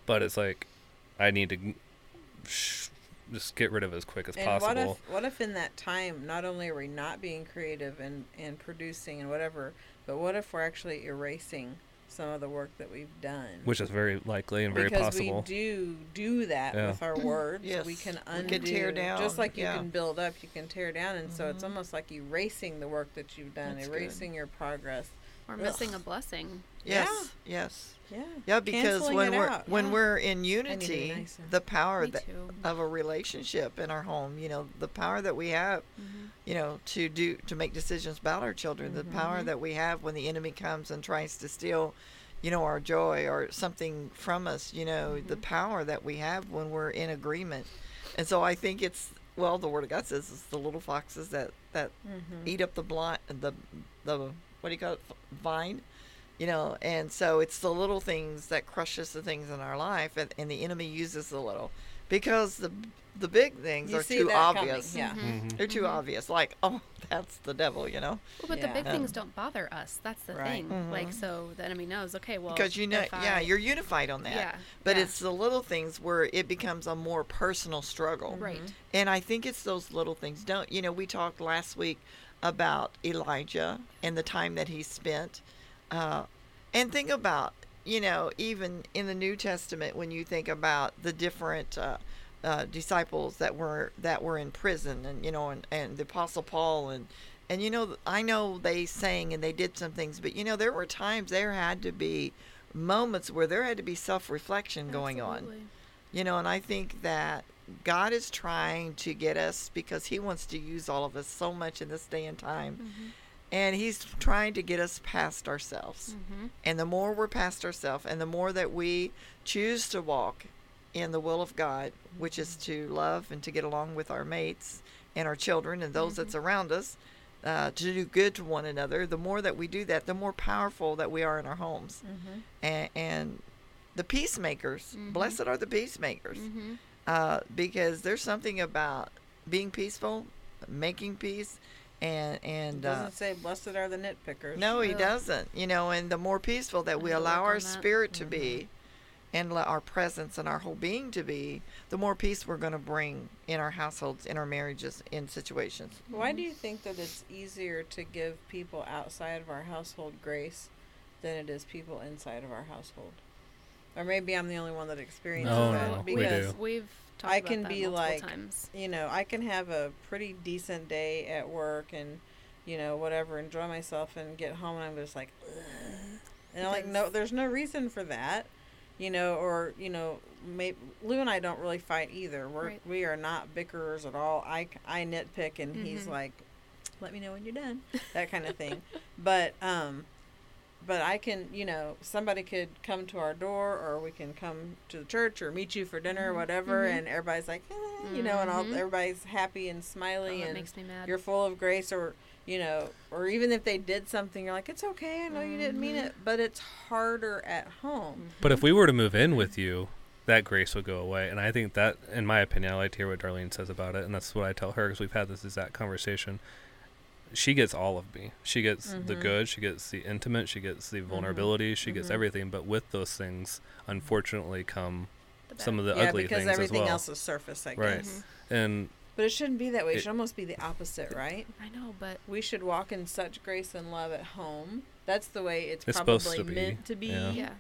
Speaker 4: But it's like I need to g- sh- just get rid of it as quick as
Speaker 3: And
Speaker 4: possible.
Speaker 3: what if what if in that time not only are we not being creative and and producing and whatever, but what if we're actually erasing some of the work that we've done?
Speaker 4: which is very likely and very
Speaker 3: because
Speaker 4: possible.
Speaker 3: we do do that
Speaker 4: Yeah.
Speaker 3: with our words.
Speaker 2: Yes,
Speaker 3: we can
Speaker 2: we
Speaker 3: undo.
Speaker 2: can tear down,
Speaker 3: Just like you
Speaker 2: yeah. Mm-hmm.
Speaker 3: can build up, you can tear down, and so it's almost like erasing the work that you've done,
Speaker 2: That's good.
Speaker 3: erasing your progress.
Speaker 5: Or
Speaker 3: Ugh.
Speaker 5: missing a blessing.
Speaker 2: yes yes
Speaker 3: Yeah.
Speaker 2: yeah because
Speaker 3: Canceling
Speaker 2: when
Speaker 3: it
Speaker 2: we're
Speaker 3: out.
Speaker 2: when
Speaker 3: Yeah.
Speaker 2: we're in
Speaker 3: need to be
Speaker 2: unity
Speaker 3: nicer.
Speaker 2: the power
Speaker 5: Me
Speaker 2: that,
Speaker 5: too.
Speaker 2: of a relationship in our home you know the power that we have you know to do to make decisions about our children the power
Speaker 3: Mm-hmm.
Speaker 2: that we have when the enemy comes and tries to steal you know our joy or something from us you know
Speaker 3: Mm-hmm.
Speaker 2: the power that we have when we're in agreement and so i think it's well the word of god says it's the little foxes that that
Speaker 3: Mm-hmm.
Speaker 2: eat up the blind the the what do you call it vine you know and so it's the little things that crushes the things in our life and, and the enemy uses the little because the the big things
Speaker 3: You
Speaker 2: are
Speaker 3: see
Speaker 2: too
Speaker 3: that coming,
Speaker 2: obvious Mm-hmm.
Speaker 3: yeah.
Speaker 4: Mm-hmm.
Speaker 2: they're too
Speaker 5: Mm-hmm.
Speaker 2: obvious like oh that's the devil you know
Speaker 5: Well, but
Speaker 3: Yeah.
Speaker 5: the big
Speaker 3: Yeah.
Speaker 5: things don't bother us. That's the
Speaker 3: Right.
Speaker 5: thing. Like, so the enemy knows, okay, well.
Speaker 2: Mm-hmm. because you know
Speaker 5: if
Speaker 2: yeah
Speaker 5: I-
Speaker 2: you're unified on that
Speaker 5: Yeah,
Speaker 2: but
Speaker 5: yeah.
Speaker 2: it's the little things where it becomes a more personal struggle
Speaker 5: Right.
Speaker 2: and i think it's those little things don't you know we talked last week about elijah and the time that he spent uh, and think about you know even in the new testament when you think about the different uh, uh, disciples that were that were in prison and you know and, and the apostle paul and and you know i know they sang and they did some things but you know there were times there had to be moments where there had to be self-reflection going on
Speaker 5: Absolutely.
Speaker 2: you know, and I think that God is trying to get us because He wants to use all of us so much in this day and time. And He's trying to get us past ourselves. And the more we're past ourselves and the more that we choose to walk in the will of God, which is to love and to get along with our mates and our children and those that's around us, uh, to do good to one another, the more that we do that, the more powerful that we are in our homes.
Speaker 3: Mm-hmm.
Speaker 2: And, and the peacemakers, blessed are the peacemakers,
Speaker 5: Mm-hmm.
Speaker 2: uh, because there's something about being peaceful, making peace, and
Speaker 3: It
Speaker 2: and uh,
Speaker 3: doesn't say blessed are the nitpickers.
Speaker 2: no, he
Speaker 5: Ugh.
Speaker 2: doesn't. You know, and the more peaceful that Mm-hmm. we
Speaker 5: have to
Speaker 2: allow
Speaker 5: work
Speaker 2: our
Speaker 5: on that.
Speaker 2: spirit to be, and let our presence and our whole being to be, the more peace we're going to bring in our households, in our marriages, in situations.
Speaker 3: Why do you think that it's easier to give people outside of our household grace than it is people inside of our household? Or maybe I'm the only one that experiences
Speaker 4: No,
Speaker 3: that
Speaker 4: Oh, no, we
Speaker 3: because
Speaker 4: do.
Speaker 5: Oh, We've talked
Speaker 3: I
Speaker 5: about
Speaker 3: can
Speaker 5: that
Speaker 3: be
Speaker 5: multiple
Speaker 3: like-
Speaker 5: times.
Speaker 3: you know, I can have a pretty decent day at work and, you know, whatever, enjoy myself and get home and I'm just like, Ugh. and I'm like, no, there's no reason for that, you know, or, you know, maybe Lou and I don't really fight either. We're,
Speaker 5: Right.
Speaker 3: we are not bickerers at all. I, c- I nitpick and he's like, let me know when you're done, that kind of thing. but, um, but I can, you know, somebody could come to our door, or we can come to the church, or meet you for dinner, or whatever, and everybody's like, eh, you know, and all everybody's happy and
Speaker 5: Mm-hmm. Oh,
Speaker 3: smiley,
Speaker 5: that
Speaker 3: and
Speaker 5: makes me mad.
Speaker 3: you're full of grace, or you know, or even if they did something, you're like, it's okay, I know you didn't mean
Speaker 5: Mm-hmm.
Speaker 3: it, but it's harder at home.
Speaker 4: But if we were to move in with you, that grace would go away. And I think that, in my opinion, I like to hear what Darlene says about it. And that's what I tell her because we've had this exact conversation. She gets all of me. She gets
Speaker 3: Mm-hmm.
Speaker 4: the good, she gets the intimate, she gets the vulnerability, she gets everything. But with those things, unfortunately, come
Speaker 5: The
Speaker 4: some of the
Speaker 3: yeah,
Speaker 4: ugly
Speaker 3: because
Speaker 4: things as
Speaker 3: everything
Speaker 4: well.
Speaker 3: else is surface, I guess.
Speaker 4: right. And
Speaker 3: But it shouldn't be that way. It,
Speaker 4: It-
Speaker 3: should almost be the opposite, right?
Speaker 5: I know, but
Speaker 3: We should walk in such grace and love at home. That's the way it's,
Speaker 4: It's supposed
Speaker 3: probably
Speaker 4: to be,
Speaker 3: meant to be.
Speaker 4: yeah.
Speaker 5: yeah,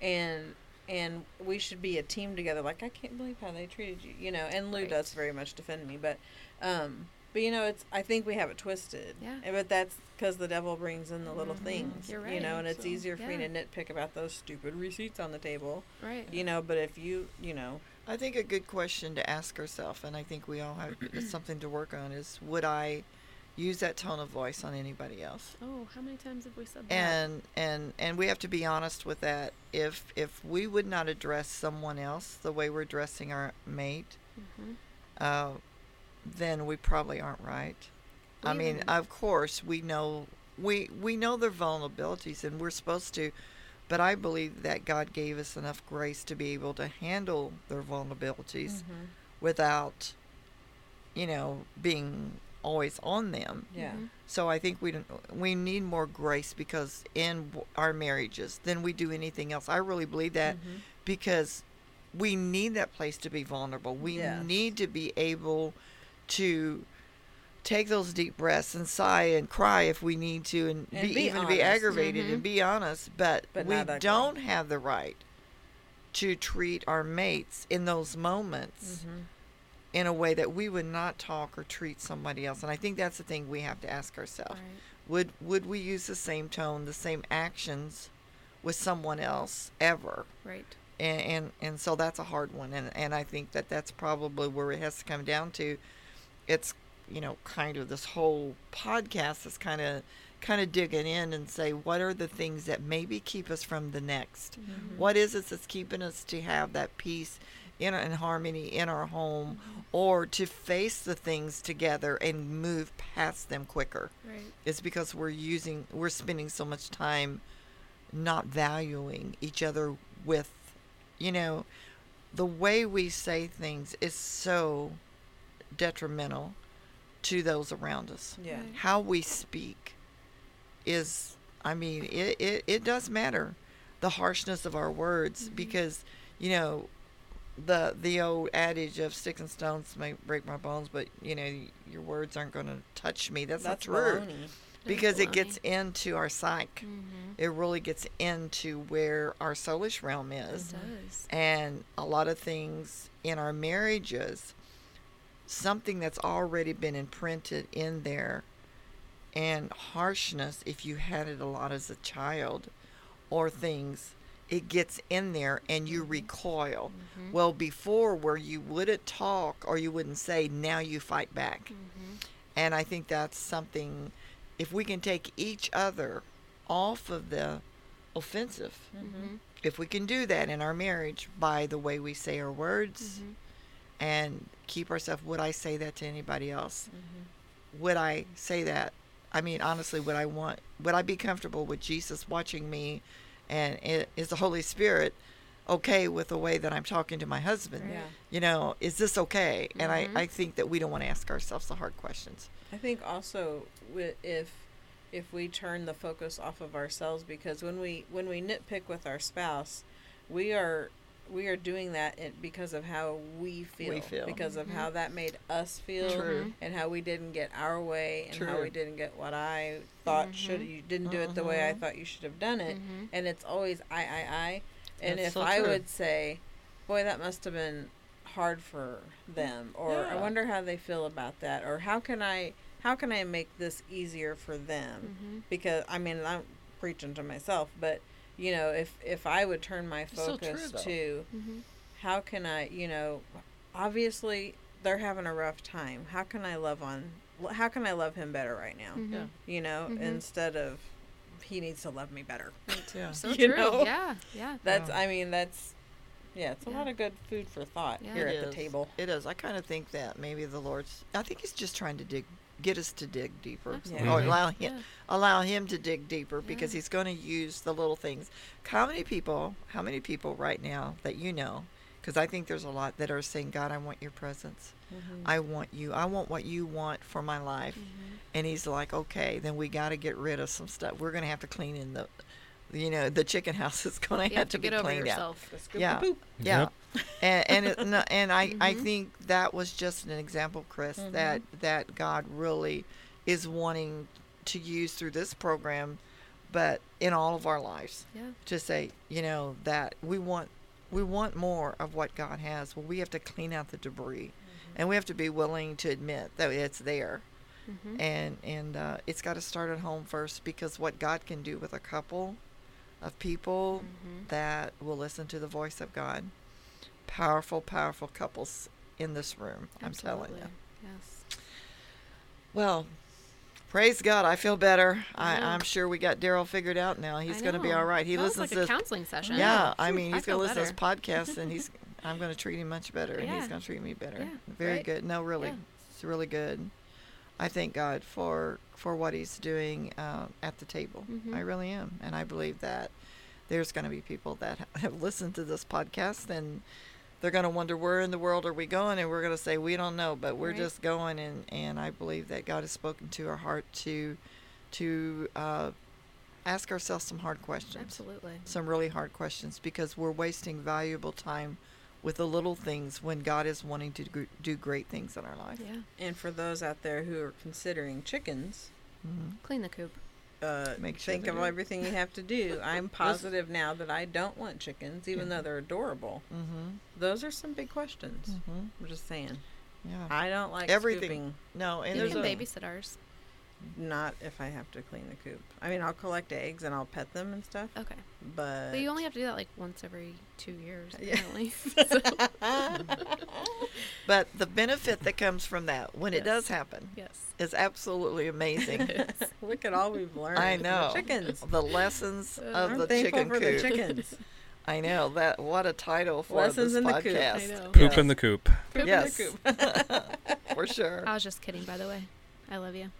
Speaker 3: And and we should be a team together. Like I can't believe how they treated you, you know. And Lou
Speaker 5: Right.
Speaker 3: does very much defend me, but um but you know, it's I think we have it twisted.
Speaker 5: Yeah. Mm-hmm.
Speaker 3: And- But that's because the devil brings in the little things,
Speaker 5: You're
Speaker 3: you know.
Speaker 5: right.
Speaker 3: And it's
Speaker 5: So-
Speaker 3: easier for me
Speaker 5: yeah.
Speaker 3: to nitpick about those stupid receipts on the table,
Speaker 5: right.
Speaker 3: you know. But if you, you know,
Speaker 2: I think a good question to ask herself, and I think we all have it's something to work on, is would I use that tone of voice on anybody else?
Speaker 5: Oh, how many times have we said that?
Speaker 2: And and and we have to be honest with that. If if we would not address someone else the way we're addressing our mate,
Speaker 5: Mhm.
Speaker 2: uh, then we probably aren't right. I
Speaker 5: We
Speaker 2: mean,
Speaker 5: even-
Speaker 2: of course, we know we we know their vulnerabilities, and we're supposed to. But I believe that God gave us enough grace to be able to handle their vulnerabilities
Speaker 3: Mm-hmm.
Speaker 5: Mm-hmm.
Speaker 2: without, you know, being always on them.
Speaker 3: yeah,
Speaker 5: Mhm.
Speaker 2: So I think we don't, we need more grace because in w- our marriages than we do anything else. I really believe that
Speaker 3: Mhm.
Speaker 5: Mm-hmm.
Speaker 2: because we need that place to be vulnerable. We
Speaker 3: Yes.
Speaker 2: need to be able to take those deep breaths and sigh and cry if we need to and,
Speaker 3: And
Speaker 2: be,
Speaker 3: be
Speaker 2: even be
Speaker 3: honest. Mm-hmm.
Speaker 2: aggravated
Speaker 5: Mhm.
Speaker 2: and be honest, but,
Speaker 3: But
Speaker 2: we
Speaker 3: not ugly.
Speaker 2: don't have the right to treat our mates in those moments
Speaker 3: Mhm.
Speaker 2: in a way that we would not talk or treat somebody else. And I think that's the thing we have to ask ourselves.
Speaker 5: Right.
Speaker 2: Would would we use the same tone, the same actions with someone else ever?
Speaker 5: Right.
Speaker 2: and and, and so that's a hard one and, and i think that that's probably where it has to come down to it's you know kind of this whole podcast is kind of kind of digging in and say what are the things that maybe keep us from the
Speaker 5: Mm-hmm.
Speaker 2: next What is it that's keeping us to have that peace in and harmony in our home or to face the things together and move past them quicker
Speaker 5: Right.
Speaker 2: it's because we're using we're spending so much time not valuing each other with you know the way we say things is so detrimental to those around us
Speaker 3: yeah,
Speaker 5: Right.
Speaker 2: how we speak is i mean it, it, it does matter the harshness of our words
Speaker 3: Mm-hmm.
Speaker 2: because you know the the old adage of sticks and stones may break my bones but you know your words aren't going to touch me that's, not
Speaker 3: that's
Speaker 2: true
Speaker 3: baloney.
Speaker 2: because it
Speaker 5: Baloney.
Speaker 2: gets into our psyche
Speaker 5: Mm-hmm.
Speaker 2: it really gets into where our soulish realm is
Speaker 5: It does.
Speaker 2: and a lot of things in our marriages something that's already been imprinted in there and harshness if you had it a lot as a child or things it gets in there and you recoil well before where you wouldn't talk or you wouldn't say now you fight back
Speaker 5: Mm-hmm.
Speaker 2: and I think that's something, if we can take each other off of the offensive,
Speaker 5: Mm-hmm.
Speaker 2: if we can do that in our marriage by the way we say our words
Speaker 5: Mm-hmm.
Speaker 2: and keep ourselves, would I say that to anybody else?
Speaker 3: Mm-hmm.
Speaker 2: Would I say that? I mean, honestly, would I want, would I be comfortable with Jesus watching me and i- is the Holy Spirit okay with the way that I'm talking to my husband?
Speaker 5: Right.
Speaker 3: Yeah,
Speaker 2: You know, is this okay? And
Speaker 5: Mhm.
Speaker 2: I, I think that we don't want to ask ourselves the hard questions.
Speaker 3: I think also wi- if if we turn the focus off of ourselves because when we when we nitpick with our spouse, we are we are doing that in, because of how we feel,
Speaker 2: feel.
Speaker 3: because of how that made us feel,
Speaker 2: True.
Speaker 3: and how we didn't get our way, and how
Speaker 2: True.
Speaker 3: we didn't get what I thought should you didn't do it the way I thought you should have done it,
Speaker 5: Mhm.
Speaker 3: and it's always I I I, and
Speaker 2: That's
Speaker 3: if
Speaker 2: so
Speaker 3: I
Speaker 2: true.
Speaker 3: would say, boy, that must have been hard for them or i
Speaker 2: Yeah.
Speaker 3: wonder how they feel about that or how can i how can i make this easier for them
Speaker 2: Mm-hmm.
Speaker 5: Mhm.
Speaker 3: because i mean i'm preaching to myself but you know if if i would turn my
Speaker 2: so true,
Speaker 3: focus
Speaker 2: though.
Speaker 3: to
Speaker 5: Mhm.
Speaker 3: how can i you know obviously they're having a rough time how can i love on how can i love him better right now
Speaker 2: Mm-hmm.
Speaker 5: Mhm.
Speaker 3: you know
Speaker 5: Mhm.
Speaker 3: instead of he needs to love me better
Speaker 2: Yeah.
Speaker 5: So
Speaker 3: You
Speaker 5: true.
Speaker 3: know?
Speaker 5: Yeah. Yeah.
Speaker 3: that's
Speaker 2: Yeah.
Speaker 3: i mean that's yeah it's a
Speaker 5: Yeah.
Speaker 3: lot of good food for thought
Speaker 5: Yeah.
Speaker 3: here
Speaker 2: It
Speaker 3: at the
Speaker 2: is.
Speaker 3: table
Speaker 2: It is. I kind of think that maybe the Lord's. I think He's just trying to dig, get us to dig deeper,
Speaker 3: Absolutely.
Speaker 2: or
Speaker 4: Mhm.
Speaker 2: allow Him,
Speaker 5: Yeah.
Speaker 2: allow Him to dig deeper because
Speaker 5: Yeah.
Speaker 2: He's going to use the little things. How many people? How many people right now that you know? Because I think there's a lot that are saying, "God, I want Your presence. I
Speaker 5: Mm-hmm.
Speaker 2: want You. I want what You want for my life." And He's like, "Okay, then we got to get rid of some stuff. We're going to have to clean in the, you know, the chicken house is going to
Speaker 5: You
Speaker 2: have
Speaker 5: have
Speaker 2: to
Speaker 5: to
Speaker 2: be
Speaker 5: get over
Speaker 2: cleaned out."
Speaker 5: yourself.
Speaker 3: The scoop of
Speaker 2: Yeah.
Speaker 3: poop.
Speaker 2: Yeah.
Speaker 4: Yep.
Speaker 2: and and, it, no, and I, I think that was just an example, Chris, that that God really is wanting to use through this program, but in all of our lives,
Speaker 5: Yeah.
Speaker 2: to say you know that we want we want more of what God has. Well, we have to clean out the debris, and we have to be willing to admit that it's there
Speaker 5: Mm-hmm.
Speaker 2: and and uh, it's got to start at home first because what God can do with a couple of people
Speaker 5: Mm-hmm.
Speaker 2: that will listen to the voice of God, powerful, powerful couples in this room. I'm telling you.
Speaker 5: Yes.
Speaker 2: Well, praise God, I feel better. I,
Speaker 5: Yeah.
Speaker 2: I'm sure we got Daryl figured out now. He's
Speaker 5: I
Speaker 2: going to be
Speaker 5: know.
Speaker 2: all right. He
Speaker 5: That was
Speaker 2: listens
Speaker 5: like a
Speaker 2: to this.
Speaker 5: counseling session.
Speaker 2: Yeah, I mean,
Speaker 5: I
Speaker 2: he's going to listen
Speaker 5: feel
Speaker 2: to this podcast, and he's. I'm going to treat him much better, and he's
Speaker 5: Yeah.
Speaker 2: going to treat me better.
Speaker 5: Yeah,
Speaker 2: Very
Speaker 5: right?
Speaker 2: good. No, really,
Speaker 5: Yeah.
Speaker 2: it's really good. I thank God for for what He's doing uh, at the table.
Speaker 5: Mhm.
Speaker 2: I really am, and I believe that there's going to be people that have listened to this podcast, and they're going to wonder where in the world are we going, and we're going to say we don't know, but we're
Speaker 5: Right.
Speaker 2: just going, and and I believe that God has spoken to our heart to to uh, ask ourselves some hard questions
Speaker 5: Absolutely.
Speaker 2: some really hard questions because we're wasting valuable time with the little things when God is wanting to gr- do great things in our life.
Speaker 5: Yeah.
Speaker 3: And for those out there who are considering chickens,
Speaker 2: Mhm.
Speaker 5: Clean the coop.
Speaker 3: uh,
Speaker 2: Make sure
Speaker 3: think
Speaker 2: they
Speaker 3: of
Speaker 2: do.
Speaker 3: everything you have to do. I'm positive now that I don't want chickens, even though they're adorable.
Speaker 2: Mhm.
Speaker 3: Those are some big questions.
Speaker 2: Mhm.
Speaker 3: I'm just saying.
Speaker 2: Yeah.
Speaker 3: I don't like
Speaker 2: Everything.
Speaker 3: everything.
Speaker 2: No, and
Speaker 5: You
Speaker 2: there's
Speaker 5: can
Speaker 2: a,
Speaker 5: babysit ours.
Speaker 3: Not if I have to clean the coop. I mean, I'll collect eggs and I'll pet them and stuff,
Speaker 5: Okay.
Speaker 3: but
Speaker 5: But Oh, you only have to do that like once every two years,
Speaker 3: Yeah.
Speaker 5: apparently.
Speaker 2: but the benefit that comes from that when it
Speaker 5: Yes.
Speaker 2: does happen
Speaker 5: yes.
Speaker 2: is absolutely amazing.
Speaker 3: look at all we've learned.
Speaker 2: I
Speaker 3: from
Speaker 2: know
Speaker 3: the chickens. Uh,
Speaker 2: the lessons of
Speaker 3: I'm
Speaker 2: the
Speaker 3: thankful
Speaker 2: chicken
Speaker 3: for
Speaker 2: coop.
Speaker 3: the chickens.
Speaker 2: I know that what a title for
Speaker 3: Lessons
Speaker 2: this
Speaker 3: in the coop. I
Speaker 2: podcast.
Speaker 5: know.
Speaker 4: Poop
Speaker 2: Yes,
Speaker 4: in the coop.
Speaker 3: Poop in the
Speaker 2: Yes.
Speaker 3: coop.
Speaker 2: for sure.
Speaker 5: I was just kidding, by the way. I love you.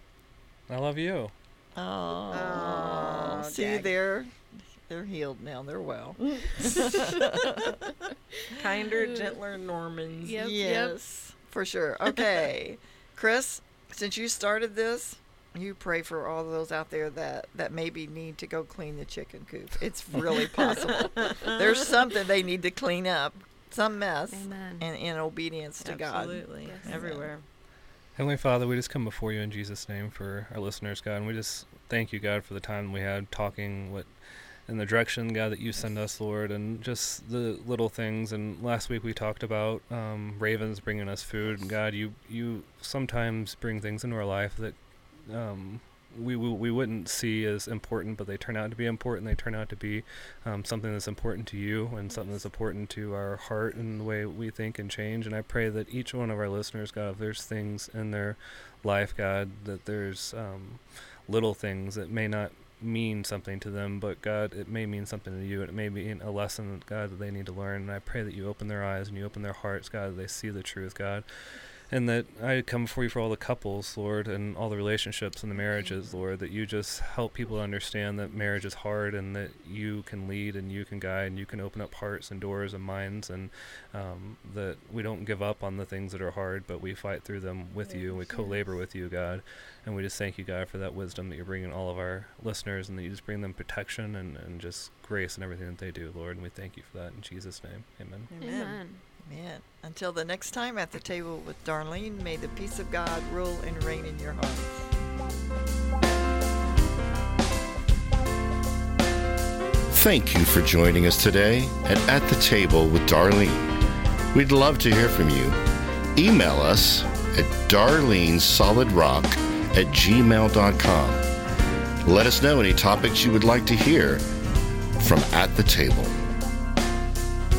Speaker 4: I love you.
Speaker 2: Oh,
Speaker 3: Aw,
Speaker 2: see,
Speaker 3: Jack.
Speaker 2: they're they're healed now. They're well.
Speaker 3: Kinder, gentler Normans.
Speaker 5: Yep, yep.
Speaker 2: yes, for sure. Okay, Chris, since you started this, you pray for all those out there that that maybe need to go clean the chicken coop. It's really possible. There's something they need to clean up, some mess,
Speaker 5: Amen.
Speaker 2: and in obedience to God.
Speaker 3: Absolutely.
Speaker 5: Yes.
Speaker 3: Everywhere.
Speaker 4: Heavenly Father, we just come before you in Jesus' name for our listeners, God, and we just thank you, God, for the time we had talking what in the direction, God, that you send us, Lord, and just the little things. And last week we talked about um, ravens bringing us food, and God, you you sometimes bring things into our life that um, we, we we wouldn't see as important, but they turn out to be important. They turn out to be um, something that's important to you and something that's important to our heart and the way we think and change. And I pray that each one of our listeners, God, if there's things in their life, God, that there's um, little things that may not mean something to them, but God, it may mean something to you, and it may be a lesson, God, that they need to learn. And I pray that you open their eyes and you open their hearts, God, that they see the truth, God. And that I come before you for all the couples, Lord, and all the relationships and the marriages, Lord, that you just help people understand that marriage is hard and that you can lead and you can guide and you can open up hearts and doors and minds and um, that we don't give up on the things that are hard, but we fight through them with you and we co labor with you, God. And we just thank you, God, for that wisdom that you're bringing all of our listeners and that you just bring them protection and, and just grace and everything that they do, Lord. And we thank you for that in Jesus' name. Amen.
Speaker 5: Amen.
Speaker 2: Man, until the next time at the table with Darlene, may the peace of God rule and reign in your hearts.
Speaker 1: Thank you for joining us today at At the Table with Darlene. We'd love to hear from you. Email us at darlenesolidrock at gmail.com. Let us know any topics you would like to hear from At the Table.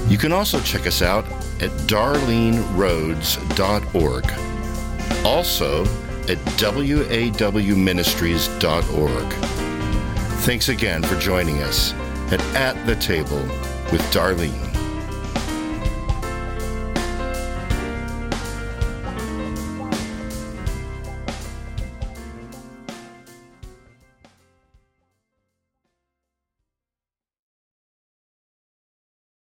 Speaker 1: You can also check us out at darleneroads.org, also at wawministries.org. Thanks again for joining us at At the Table with Darlene.